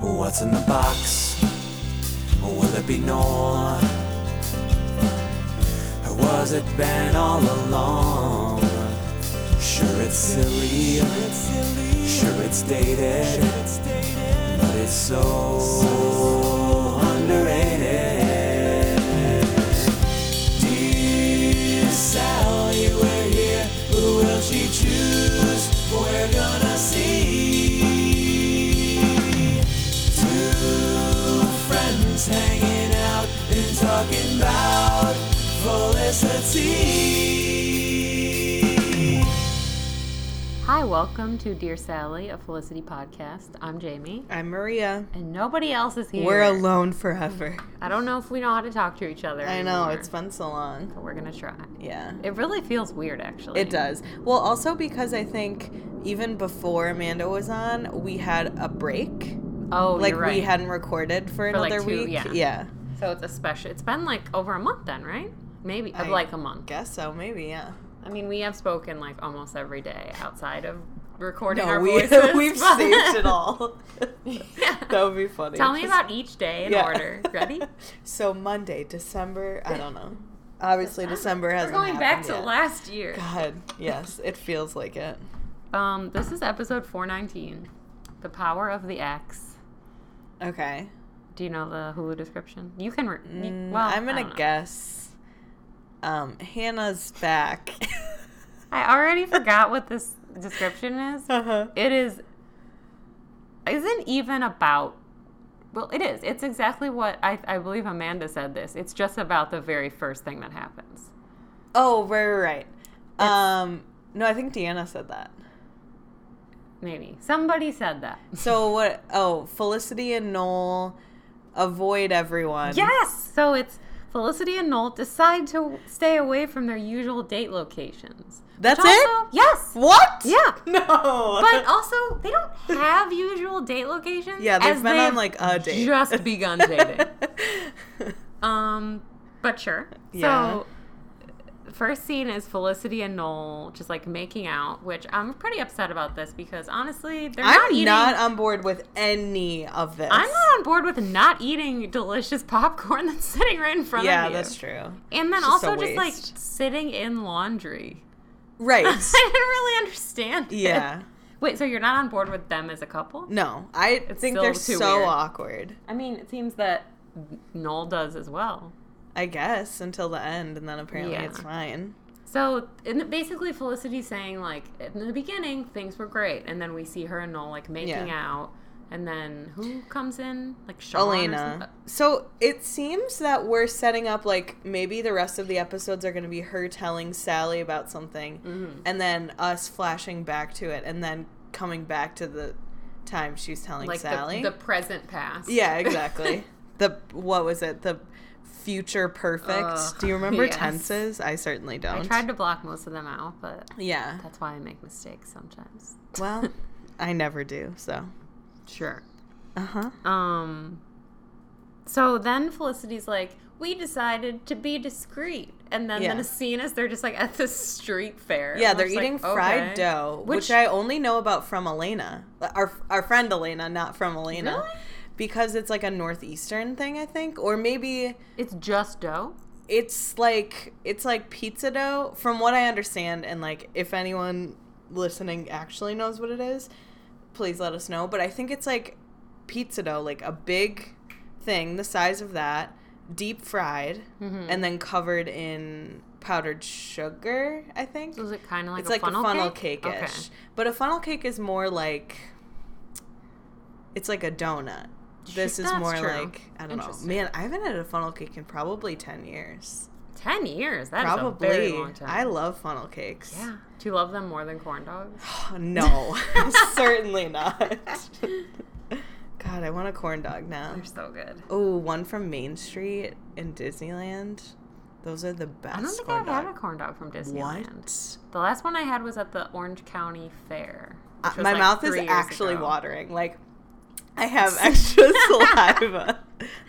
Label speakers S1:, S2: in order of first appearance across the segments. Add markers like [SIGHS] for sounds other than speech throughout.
S1: What's in the box? Will it be Nor? Or was it Ben all along? Sure it's silly, sure it's dated, but it's so underrated. Dear Sally, we're here. Who will she choose? We're gonna see. Two friends hanging out and talking about felicity.
S2: Hi, welcome to Dear Sally, a Felicity podcast. I'm Jamie,
S3: I'm Maria.
S2: and nobody else is here. Mm-hmm.
S3: We're alone forever.
S2: I don't know if we know how to talk to each other.
S3: I know,
S2: anymore,
S3: it's been so long.
S2: But we're gonna try.
S3: Yeah.
S2: It really feels weird, actually.
S3: It does. Well, also because I think even before Amanda was on, we had a break.
S2: Oh,
S3: like
S2: you're right.
S3: we hadn't recorded for
S2: For, like,
S3: another
S2: two-
S3: week.
S2: yeah.
S3: yeah.
S2: So it's a special. It's been like over a month then, right? Maybe
S3: I-
S2: like a month.
S3: Guess so, maybe, yeah.
S2: I mean, we have spoken like almost every day outside of recording
S3: No,
S2: our
S3: we, [LAUGHS]
S2: voices. [LAUGHS]
S3: we've
S2: but-
S3: saved it all.
S2: Yeah.
S3: [LAUGHS] that would be funny.
S2: Tell me
S3: Just-
S2: about each day in order. Ready?
S3: so Monday, December, I don't know. Obviously [LAUGHS] December
S2: We're
S3: hasn't
S2: going back to
S3: happened yet.
S2: last year.
S3: God, yes, it feels like it.
S2: Um, this is episode 419, The Power of the X.
S3: Okay.
S2: Do you know the Hulu description? You can. Re- you-
S3: Mm,
S2: well,
S3: I'm
S2: I
S3: gonna
S2: don't know.
S3: guess. Um, Hannah's
S2: [LAUGHS]
S3: back. [LAUGHS]
S2: I already forgot what this description is.
S3: uh-huh.
S2: It is. Isn't even about. Well, it is. It's exactly what I, I believe Amanda said this. It's just about the very first thing that happens.
S3: Oh, right, right, right. Um, no, I think Deanna said that.
S2: Maybe. Somebody said
S3: [LAUGHS]
S2: that.
S3: So
S2: [LAUGHS]
S3: what? Oh, Felicity and Noel avoid everyone.
S2: Yes! So it's Felicity and Noel decide to stay away from their usual date locations.
S3: that's
S2: Which
S3: it.
S2: also- Yes!
S3: What?
S2: [LAUGHS] Yeah.
S3: No.
S2: [LAUGHS] But also, they don't have usual date locations.
S3: yeah, they've
S2: as
S3: been on like a date. [LAUGHS]
S2: just begun dating. Um, but sure.
S3: Yeah.
S2: So, first scene is Felicity and Noel just like making out, which I'm pretty upset about this because honestly, they're
S3: I'm
S2: not eating.
S3: not on board with any of this.
S2: I'm not on board with not eating delicious popcorn [LAUGHS] that's sitting right in front
S3: Yeah,
S2: of you.
S3: that's true.
S2: [LAUGHS] And then
S3: It's just a
S2: also just like
S3: waste.
S2: sitting in laundry. [LAUGHS] I [LAUGHS]
S3: Right.
S2: didn't really understand. it.
S3: yeah.
S2: Wait, so you're not on board with them as a couple?
S3: No, I think they're
S2: still too
S3: so
S2: weird.
S3: awkward.
S2: I mean, it seems that Noel does as well.
S3: I guess until the end, and then apparently
S2: Yeah.
S3: it's fine.
S2: So and basically, Felicity's saying like in the beginning things were great, and then we see her and Noel like making
S3: Yeah.
S2: out, and then who comes in like Sean or
S3: Elena.
S2: something?
S3: uh, So it seems that we're setting up like maybe the rest of the episodes are going to be her telling Sally about something,
S2: Mm-hmm.
S3: and then us flashing back to it, and then coming back to the time she's telling
S2: like
S3: Sally.
S2: The, the present past. [LAUGHS]
S3: yeah, exactly. the what was it? The future perfect.
S2: Ugh,
S3: Do you remember
S2: [LAUGHS] yes.
S3: tenses? I certainly don't.
S2: I tried to block most of them out, but
S3: yeah.
S2: that's why I make mistakes sometimes. [LAUGHS]
S3: Well, I never do. So.
S2: Sure.
S3: Uh huh.
S2: Um. So then Felicity's like, "We decided to be discreet," and then
S3: Yeah.
S2: the scene is they're just like at the street fair.
S3: Yeah,
S2: And
S3: they're
S2: I'm just like,
S3: eating fried
S2: okay.
S3: dough, which,
S2: Which-
S3: I only know about from Elena, our our friend Elena, not from Elena,
S2: Really?
S3: because it's like a northeastern thing, I think, or maybe
S2: It's just dough.
S3: it's like it's like pizza dough, from what I understand, and like if anyone listening actually knows what it is, please let us know. But I think it's like pizza dough, like a big thing the size of that, deep fried,
S2: Mm-hmm.
S3: and then covered in powdered sugar. I think
S2: So is it kind of like
S3: it's
S2: a
S3: like
S2: funnel
S3: a funnel
S2: cake?
S3: cake ish. But a funnel cake is more like it's like a donut. This is
S2: That's
S3: more
S2: true.
S3: like I don't know.
S2: Interesting.
S3: Man, I haven't had a funnel cake in probably ten years.
S2: Ten years. That's
S3: probably.
S2: a very long time.
S3: I love funnel cakes.
S2: yeah. Do you love them more than corn
S3: [LAUGHS]
S2: dogs?
S3: Oh,
S2: [LAUGHS]
S3: [SIGHS] no. Certainly not. God, I want a corn dog now.
S2: They're so good.
S3: Oh, one from Main Street in Disneyland. Those are the best.
S2: I don't think
S3: corn
S2: I've
S3: dog.
S2: had a corn dog from Disneyland.
S3: What?
S2: The last one I had was at the Orange County Fair.
S3: Uh,
S2: which was,
S3: my
S2: like,
S3: mouth is
S2: three years
S3: actually
S2: ago.
S3: watering. Like, I [LAUGHS] have extra saliva.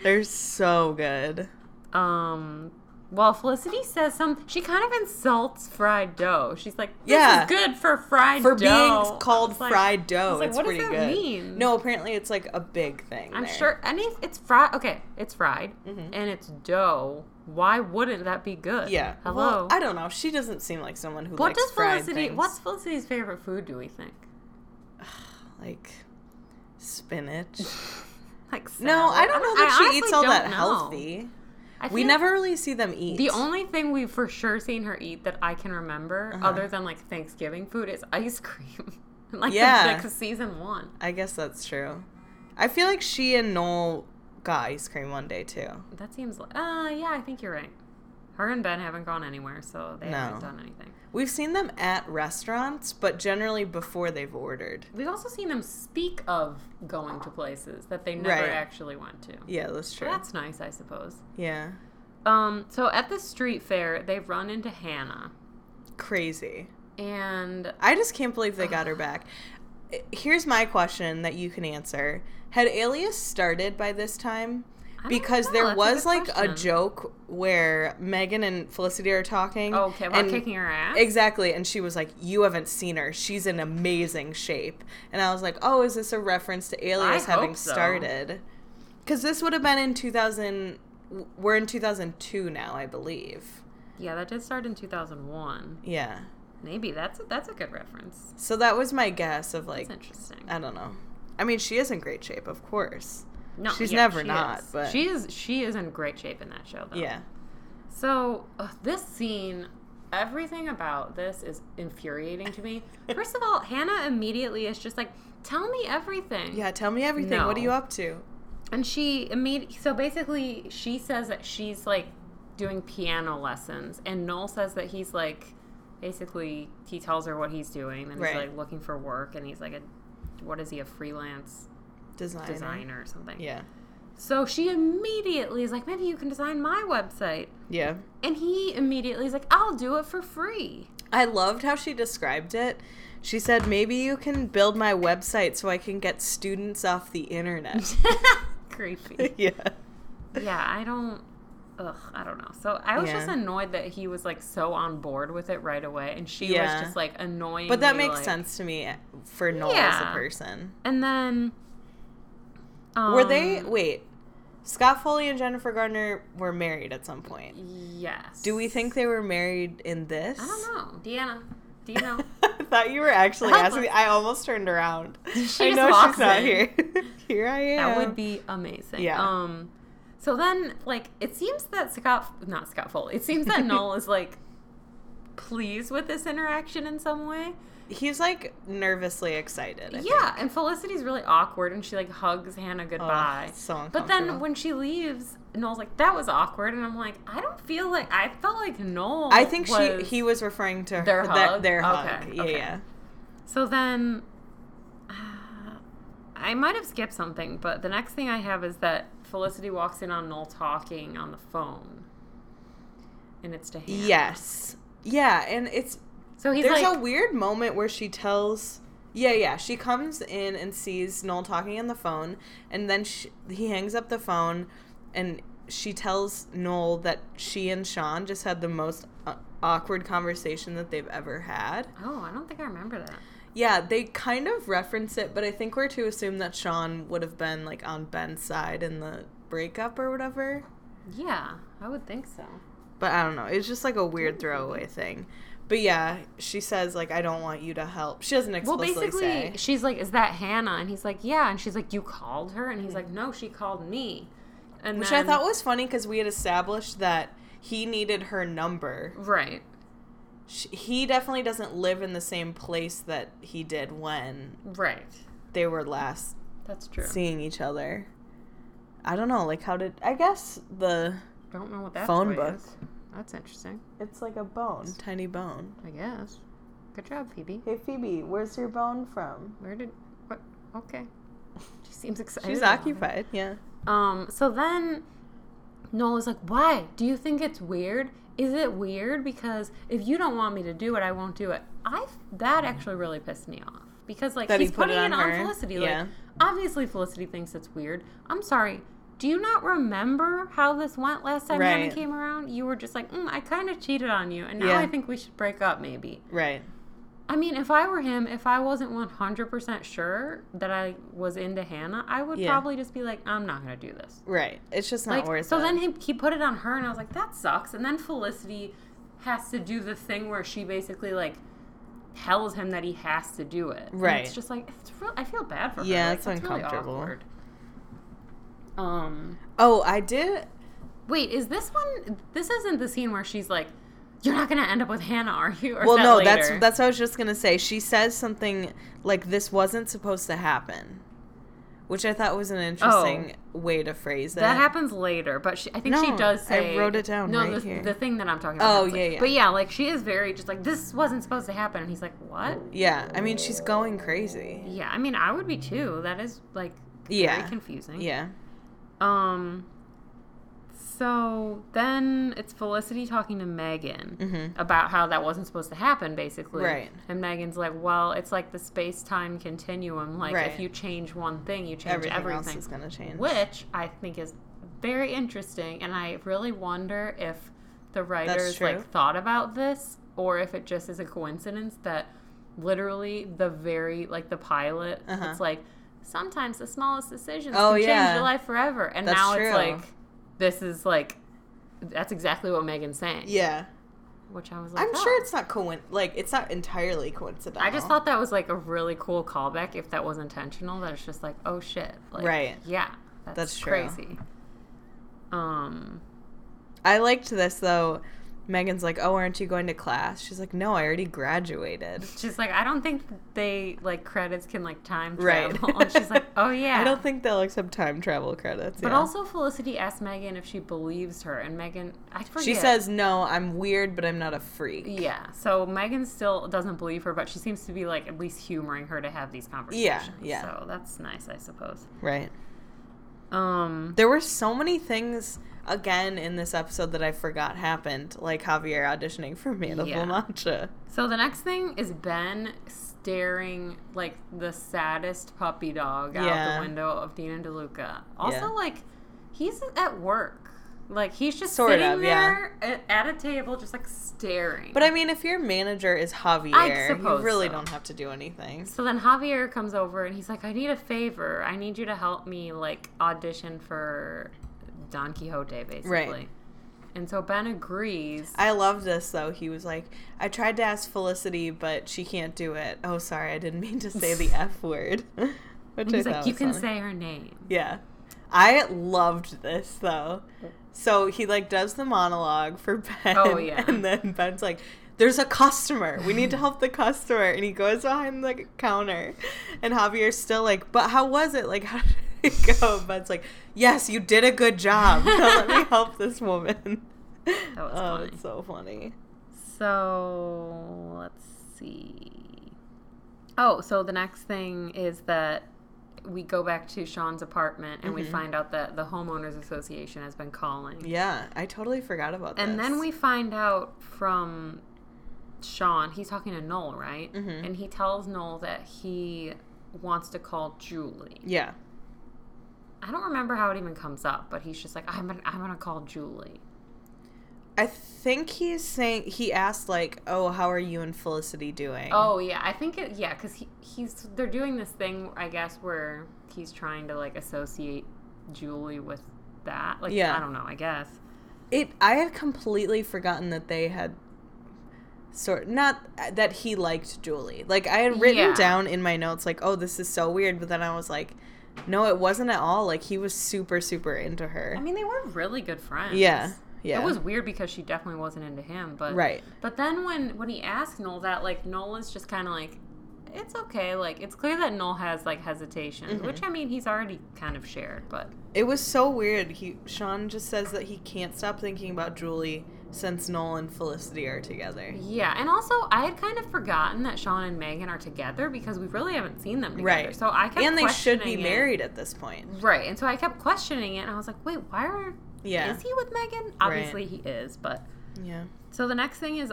S3: They're so good.
S2: Um, Well, Felicity says some. She kind of insults fried dough. She's like, "This
S3: Yeah.
S2: is good for fried
S3: for
S2: dough."
S3: being called
S2: It's like-
S3: fried dough.
S2: I was like,
S3: it's
S2: what does
S3: pretty
S2: that
S3: good.
S2: mean?
S3: No, apparently it's like a big thing.
S2: I'm
S3: there.
S2: sure any it's fried. Okay, it's fried
S3: Mm-hmm.
S2: and it's dough. Why wouldn't that be good?
S3: Yeah.
S2: Hello.
S3: Well, I don't know. She doesn't seem like someone who
S2: what
S3: likes
S2: does
S3: fried
S2: Felicity?
S3: things.
S2: What's Felicity's favorite food? Do we think?
S3: like
S2: Spinach. like
S3: No, I don't know that she eats all that
S2: healthy.
S3: healthy. We never really see them eat.
S2: The only thing we've for sure seen her eat that I can remember,
S3: Uh-huh.
S2: other than like Thanksgiving food, is ice cream. [LAUGHS] like the-
S3: Yeah.
S2: like season one.
S3: I guess that's true. I feel like she and Noel got ice cream one day too.
S2: That seems like. Uh, yeah, I think you're right. Her and Ben haven't gone anywhere, so they
S3: No.
S2: haven't done anything.
S3: We've seen them at restaurants, but generally before they've ordered.
S2: We've also seen them speak of going to places that they never
S3: Right.
S2: actually went to.
S3: Yeah, that's true.
S2: That's nice, I suppose.
S3: yeah.
S2: Um, so at the street fair, they run into Hannah,
S3: Crazy.
S2: and
S3: I just can't believe they got her back. Here's my question that you can answer. Had Alias started by this time?
S2: don't
S3: Because
S2: know.
S3: there
S2: That's a
S3: was
S2: good
S3: like a
S2: question.
S3: joke where Megan and Felicity are talking.
S2: oh, okay, well,
S3: and-
S2: kicking her ass.
S3: Exactly. And she was like, You haven't seen her. She's in amazing shape. And I was like, Oh, is this a reference to Alias
S2: I
S3: having
S2: hope so.
S3: started? Because this would have been in 2000. w- We're in 2002 now, I believe.
S2: yeah, that did start in 2001.
S3: Yeah.
S2: Maybe that's a, that's a good reference.
S3: So that was my guess of like,
S2: That's interesting.
S3: I don't know. I mean, she is in great shape, of course.
S2: No,
S3: she's
S2: yeah,
S3: never
S2: she
S3: not,
S2: is.
S3: but-
S2: she is. She is in great shape in that show, though.
S3: Yeah.
S2: So uh, this scene, everything about this is infuriating to
S3: [LAUGHS]
S2: me. First of all, Hannah immediately is just like, "Tell me everything."
S3: Yeah. Tell me everything. What are
S2: No.
S3: you up to?
S2: And she immediately, so basically, she says that she's like doing piano lessons, and Noel says that he's like, basically, he tells her what he's doing, and he's
S3: Right.
S2: like looking for work, and he's like, a, what is he, a freelance
S3: Design.
S2: designer or something?
S3: Yeah.
S2: So she immediately is like, maybe you can design my website.
S3: Yeah.
S2: And he immediately is like, I'll do it for
S3: [LAUGHS]
S2: free.
S3: I loved how she described it. She said, "Maybe you can build my website so I can get students off the internet."
S2: Creepy.
S3: yeah.
S2: yeah, I don't. Ugh, I don't know. So I was
S3: Yeah.
S2: just annoyed that he was like so on board with it right away, and she
S3: Yeah.
S2: was just like annoying.
S3: But that makes sense to me eh, for Noel as a
S2: Yeah.
S3: person.
S2: And then, um,
S3: Were they wait, Scott Foley and Jennifer Gardner were married at some point.
S2: Yes.
S3: Do we think they were married in this?
S2: I don't know, Deanna. Do you know?
S3: [LAUGHS] I thought you were actually
S2: Help
S3: asking me.
S2: us.
S3: I almost turned around.
S2: [LAUGHS] She
S3: I
S2: just
S3: know
S2: walks
S3: she's not
S2: in.
S3: here. [LAUGHS] here I am.
S2: That would be amazing.
S3: Yeah.
S2: Um, so then, like, it seems that Scott, not Scott Foley, it seems that
S3: [LAUGHS]
S2: Noel is like pleased with this interaction in some way.
S3: He's like nervously excited. I think.
S2: yeah, and Felicity's really awkward, and she like hugs Hannah goodbye.
S3: it's so
S2: but then
S3: uncomfortable.
S2: when she leaves, Noel's like, "That was awkward," and I'm like, "I don't feel like I felt like Noel."
S3: I think she
S2: was-
S3: he was referring to
S2: Their
S3: her-
S2: hug?
S3: that- their hug.
S2: Okay,
S3: Yeah,
S2: okay.
S3: yeah.
S2: So then, uh, I might have skipped something, but the next thing I have is that Felicity walks in on Noel talking on the phone, and it's to Hannah.
S3: Yes. Yeah, and it's
S2: So he's
S3: there's
S2: like,
S3: a weird moment where she tells yeah, yeah. She comes in and sees Noel talking on the phone, and then she, he hangs up the phone, and she tells Noel that she and Sean just had the most uh, awkward conversation that they've ever had.
S2: "Oh, I don't think I remember that."
S3: Yeah, they kind of reference it, but I think we're to assume that Sean would have been like on Ben's side in the breakup or whatever.
S2: Yeah, I would think so.
S3: But I don't know. It's just like a weird throwaway thing. But yeah, she says like I don't want you to help. She doesn't
S2: Well,
S3: explicitly
S2: basically,
S3: say.
S2: she's like, "Is that Hannah?" And he's like, "Yeah." And she's like, "You called her?" And he's like, "No, she called me." And
S3: Which
S2: then,
S3: I thought was funny because we had established that he needed her number.
S2: right.
S3: Sh he definitely doesn't live in the same place that he did when
S2: Right.
S3: they were last
S2: That's true.
S3: seeing each other. I don't know. Like, how did I guess the
S2: Don't know what that
S3: Phone
S2: toy
S3: book.
S2: is. That's interesting.
S3: it's like a bone, tiny bone.
S2: I guess. Good job, Phoebe.
S3: Hey Phoebe, where's your bone from?
S2: Where did what? Okay. She seems excited.
S3: She's
S2: about it.
S3: occupied. Yeah.
S2: Um. So then, Noel is like, "Why? Do you think it's weird? Is it weird because if you don't want me to do it, I won't do it." I that actually really pissed me off because like
S3: That he
S2: he's
S3: put it
S2: putting it
S3: on
S2: on
S3: her?
S2: Felicity.
S3: Yeah.
S2: Like obviously Felicity thinks it's weird. I'm sorry. Do you not remember how this went last time Hannah
S3: Right.
S2: came around? You were just like, mm, I kind of cheated on you, and now
S3: Yeah.
S2: I think we should break up, maybe.
S3: Right.
S2: I mean, if I were him, if I wasn't 100% sure that I was into Hannah, I would
S3: Yeah.
S2: probably just be like, I'm not going to do this.
S3: Right. It's just not
S2: Like,
S3: worth
S2: so
S3: it.
S2: then he, he put it on her, and I was like, that sucks. And then Felicity has to do the thing where she basically, like, tells him that he has to do it. And
S3: Right.
S2: it's just like, it's real, I feel bad for her.
S3: Yeah,
S2: Like,
S3: it's
S2: really
S3: uncomfortable.
S2: awkward. um,
S3: oh, I did.
S2: wait, is this one, this isn't the scene where she's like, you're not going to end up with Hannah, are you? Or is
S3: Well,
S2: that
S3: no,
S2: later?
S3: that's that's what I was just gonna say. She says something like this wasn't supposed to happen, which I thought was an interesting way to phrase it.
S2: Oh. That happens later, but she, I think she
S3: No,
S2: does
S3: I
S2: say.
S3: wrote it down
S2: No,
S3: right
S2: the,
S3: here.
S2: the thing that I'm talking about.
S3: Oh,
S2: happens
S3: yeah,
S2: later.
S3: yeah.
S2: But yeah, like she is very just like this wasn't supposed to happen, and he's like, what?
S3: Yeah, I mean she's going crazy.
S2: Yeah, I mean, I would be too. That is like
S3: Yeah.
S2: very confusing.
S3: Yeah.
S2: Um. So then it's Felicity talking to Megan about how that wasn't supposed to happen, basically.
S3: Mm-hmm. Right.
S2: And Megan's like, well, it's like the space time continuum. Like,
S3: Right.
S2: if you change one thing, you change
S3: Everything,
S2: everything.
S3: else is gonna change.
S2: which I think is very interesting, and I really wonder if the writers
S3: true.
S2: like thought about this or if it just is a coincidence that literally the very like the pilot
S3: Uh-huh.
S2: it's like sometimes the smallest decisions
S3: Oh,
S2: can change
S3: yeah.
S2: your life forever, and
S3: That's
S2: now
S3: true.
S2: it's like this is like that's exactly what Megan's saying,
S3: Yeah.
S2: which I was like,
S3: I'm
S2: oh.
S3: sure it's not coin like it's not entirely coincidental.
S2: I just thought that was like a really cool callback if that was intentional. That it's just like, oh shit. Like,
S3: Right.
S2: Yeah. That's,
S3: That's true.
S2: crazy. Um
S3: I liked this though. Megan's like, "Oh, aren't you going to class?" She's like, "No, I already graduated."
S2: she's like, I don't think they like credits can like time
S3: Right.
S2: travel. And she's
S3: [LAUGHS]
S2: like, Oh yeah.
S3: I don't think they'll accept time travel credits.
S2: But
S3: yeah.
S2: also Felicity asked Megan if she believes her and Megan I forget.
S3: she says, "No, I'm weird, but I'm not a freak."
S2: Yeah. So Megan still doesn't believe her, but she seems to be like at least humoring her to have these conversations.
S3: yeah.
S2: So that's nice, I suppose.
S3: Right.
S2: Um
S3: There were so many things again in this episode that I forgot happened, like Javier auditioning for Man of
S2: Yeah.
S3: La Mancha.
S2: So the next thing is Ben staring like the saddest puppy dog out
S3: Yeah.
S2: the window of Dean and DeLuca. Also,
S3: Yeah.
S2: like he's at work. Like he's just
S3: Sort
S2: sitting
S3: of, yeah.
S2: there a- at a table, just like staring.
S3: But I mean, if your manager is Javier, you
S2: suppose
S3: really
S2: so.
S3: don't have to do anything.
S2: so then Javier comes over and he's like, "I need a favor. I need you to help me like audition for Don Quixote, basically." And so Ben agrees.
S3: I love this though. He was like, I tried to ask Felicity, but she can't do it. Oh, sorry, I didn't mean to
S2: [LAUGHS]
S3: say the F word. [LAUGHS] Which
S2: and he's
S3: I
S2: like,
S3: thought
S2: "You
S3: was
S2: can
S3: funny.
S2: say her name."
S3: Yeah. I loved this though. So he like does the monologue for [LAUGHS] Ben.
S2: Oh, yeah.
S3: And then Ben's like, There's a customer. We need to help the customer. And he goes behind the counter. And Javier's still like, But how was it? Like, [LAUGHS] how did it go? And Ben's like, Yes, you did a good job. Now
S2: [LAUGHS]
S3: let me help this woman. That
S2: was
S3: [LAUGHS] oh,
S2: funny.
S3: it's so funny.
S2: So let's see. Oh, so the next thing is that we go back to Sean's apartment and we find out that the homeowners association has been calling.
S3: Yeah, I totally forgot about
S2: And
S3: this.
S2: then we find out from Sean, he's talking to Noel, right? And he tells Noel that he wants to call Julie.
S3: Yeah.
S2: I don't remember how it even comes up, but he's just like, I'm gonna, I'm gonna call Julie.
S3: I think he's saying he asked like, "Oh, how are you and Felicity doing?"
S2: Oh yeah, I think it. Yeah, because he, he's they're doing this thing, I guess, where he's trying to like associate Julie with that. Like,
S3: Yeah.
S2: I don't know. I guess.
S3: It I had completely forgotten that they had sort not that he liked Julie. Like I had written
S2: Yeah.
S3: down in my notes like, "Oh, this is so weird," but then I was like, "No, it wasn't at all. Like he was super super into her."
S2: I mean, they were really good friends.
S3: yeah. Yeah.
S2: It was weird because she definitely wasn't into him, but
S3: right.
S2: But then when when he asked Noel that, like Noel is just kind of like, it's okay. Like it's clear that Noel has like hesitation,
S3: Mm-hmm.
S2: which I mean he's already kind of shared, but
S3: It was so weird. He Sean just says that he can't stop thinking about Julie since Noel and Felicity are together.
S2: Yeah, and also I had kind of forgotten that Sean and Megan are together because we really haven't seen them together.
S3: Right.
S2: So I kept
S3: and they should be
S2: questioning it.
S3: married at this point.
S2: Right. And so I kept questioning it, and I was like, wait, why are
S3: Yeah.
S2: is he with Megan? Obviously he is, but
S3: Yeah.
S2: so the next thing is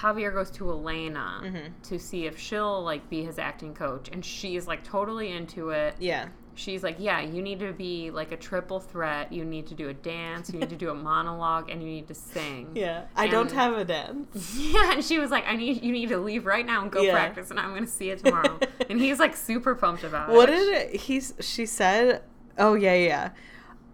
S2: Javier goes to Elena
S3: Mhm.
S2: to see if she'll like be his acting coach, and she's like totally into it.
S3: Yeah.
S2: she's like, yeah, you need to be like a triple threat. You need to do a dance, you need to do a [LAUGHS] monologue, and you need to sing.
S3: Yeah. I don't
S2: And-
S3: have a dance.
S2: [LAUGHS] Yeah, and she was like, I need you need to leave right now and go
S3: Yeah.
S2: practice, and I'm going to see you
S3: [LAUGHS]
S2: tomorrow. and he's like super pumped about
S3: What
S2: it.
S3: did it, he's she said? Oh yeah, yeah, yeah.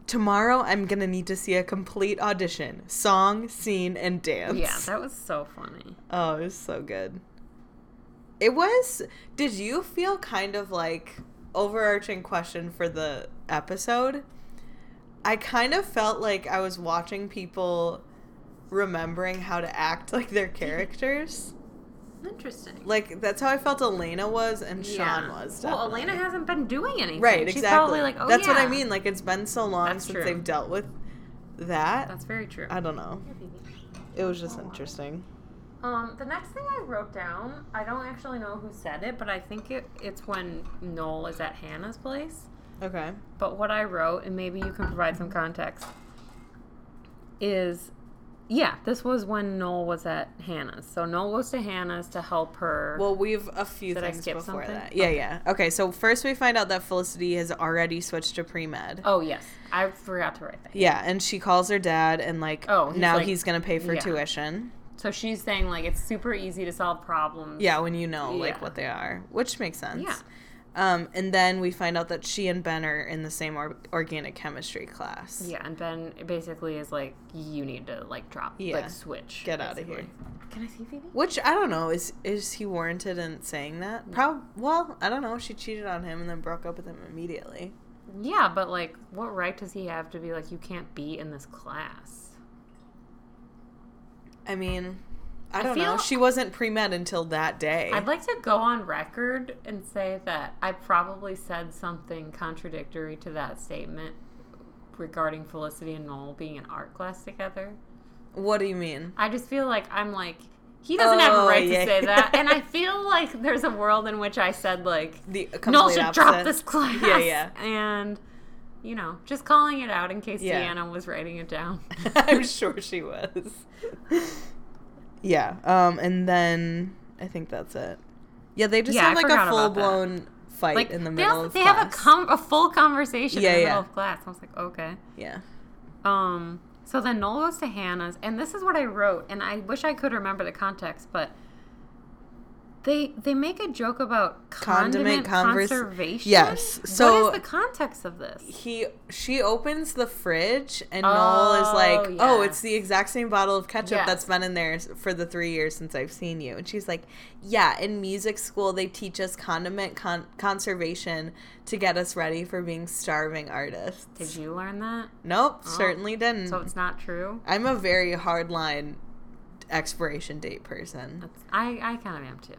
S3: Tomorrow I'm gonna need to see a complete audition, song, scene, and dance.
S2: Yeah, that was so funny.
S3: Oh, it was so good. It was. Did you feel kind of like overarching question for the episode? I kind of felt like I was watching people remembering how to act like their characters.
S2: Interesting.
S3: Like that's how I felt Elena was and Sean
S2: Yeah.
S3: was.
S2: Well,
S3: definitely.
S2: Elena hasn't been doing anything.
S3: Right,
S2: She's
S3: exactly.
S2: probably like, oh,
S3: that's what I
S2: yeah.
S3: mean. Like it's been so long
S2: That's
S3: since
S2: true.
S3: they've dealt with that.
S2: That's very true.
S3: I don't know. It was just interesting.
S2: Um, the next thing I wrote down, I don't actually know who said it, but I think it, it's when Noel is at Hannah's place.
S3: Okay.
S2: But what I wrote, and maybe you can provide some context, is yeah, this was when Noel was at Hannah's. So Noel goes to Hannah's to help her.
S3: Well, we've a few
S2: Did I
S3: things
S2: skip
S3: before
S2: something?
S3: that. Yeah, yeah. Okay, so first we find out that Felicity has already switched to pre med.
S2: oh, yes. I forgot to write that.
S3: Yeah, and she calls her dad and like,
S2: Oh, he's
S3: now
S2: like-
S3: he's gonna pay for
S2: yeah.
S3: tuition.
S2: So she's saying, like, it's super easy to solve problems.
S3: Yeah, when you know like
S2: Yeah.
S3: what they are, which makes sense.
S2: Yeah.
S3: Um, and then we find out that she and Ben are in the same or- organic chemistry class.
S2: Yeah, and Ben basically is like, you need to, like, drop,
S3: Yeah.
S2: like, switch.
S3: Get outta here.
S2: basically. Can I see Phoebe?
S3: Which I don't know is is he warranted in saying that? Prob well, I don't know. She cheated on him and then broke up with him immediately.
S2: Yeah, but like, what right does he have to be like, you can't be in this class?
S3: I mean, I
S2: I
S3: don't know.
S2: feel-
S3: She wasn't pre med until that day.
S2: I'd like to go on record and say that I probably said something contradictory to that statement regarding Felicity and Noel being in art class together.
S3: What do you mean?
S2: I just feel like I'm like, he doesn't have
S3: Oh,
S2: a right
S3: yeah.
S2: to say that. And
S3: [LAUGHS]
S2: I feel like there's a world in which I said, like,
S3: The complete
S2: Noel should drop
S3: opposite.
S2: this class.
S3: Yeah, yeah.
S2: And, you know, just calling it out in case
S3: Yeah.
S2: Deanna was writing it
S3: [LAUGHS]
S2: down.
S3: I'm sure she was. yeah. Um. And then I think that's it. Yeah, they just
S2: Yeah,
S3: have
S2: I
S3: like
S2: forgot
S3: a
S2: about that.
S3: full blown fight
S2: like
S3: in the
S2: they
S3: middle
S2: also-
S3: of
S2: they
S3: class.
S2: have a com- a full conversation
S3: Yeah,
S2: in the
S3: yeah.
S2: middle of class. I was like, okay.
S3: yeah.
S2: Um, so then Noel goes to Hannah's, and this is what I wrote, and I wish I could remember the context, but they they make a joke about condiment,
S3: Condiment convers-
S2: conservation.
S3: Yes. So-
S2: what is the context of this?
S3: He she opens the fridge and Noel is like,
S2: Oh,
S3: "Oh,
S2: yeah.
S3: it's the exact same bottle of ketchup
S2: Yes.
S3: that's been in there s- for the three years since I've seen you." And she's like, "Yeah, in music school they teach us condiment con- conservation to get us ready for being starving artists."
S2: Did you learn that?
S3: Nope, certainly
S2: Oh.
S3: didn't.
S2: So it's not true.
S3: I'm a very hardline expiration date person.
S2: That's, I I kind of am too.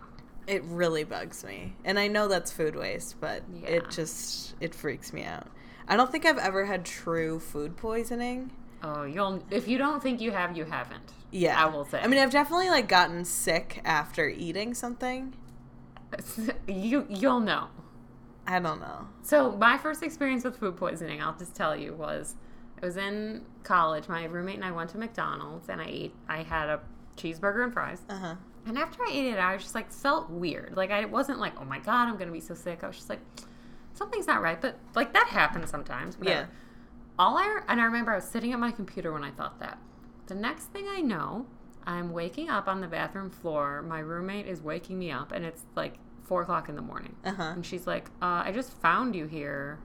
S3: It really bugs me. And I know that's food waste, but
S2: Yeah.
S3: it just it freaks me out. I don't think I've ever had true food poisoning.
S2: Oh, you'll if you don't think you have, you haven't. [LAUGHS]
S3: Yeah.
S2: I will say.
S3: I mean, I've definitely like gotten sick after eating something.
S2: you you'll know.
S3: I don't know.
S2: So my first experience with food poisoning, I'll just tell you, was it was in college. My roommate and I went to McDonald's, and I ate. I had a cheeseburger and fries.
S3: Uh-huh.
S2: And after I ate it, I was just like felt weird. Like I wasn't like, oh my god, I'm gonna be so sick. I was just like, something's not right. But like that happens sometimes. Whatever.
S3: Yeah.
S2: All I and I remember I was sitting at my computer when I thought that. The next thing I know, I'm waking up on the bathroom floor. My roommate is waking me up, and it's like four o'clock in the morning.
S3: Uh-huh.
S2: And she's like, uh, "I just found you here.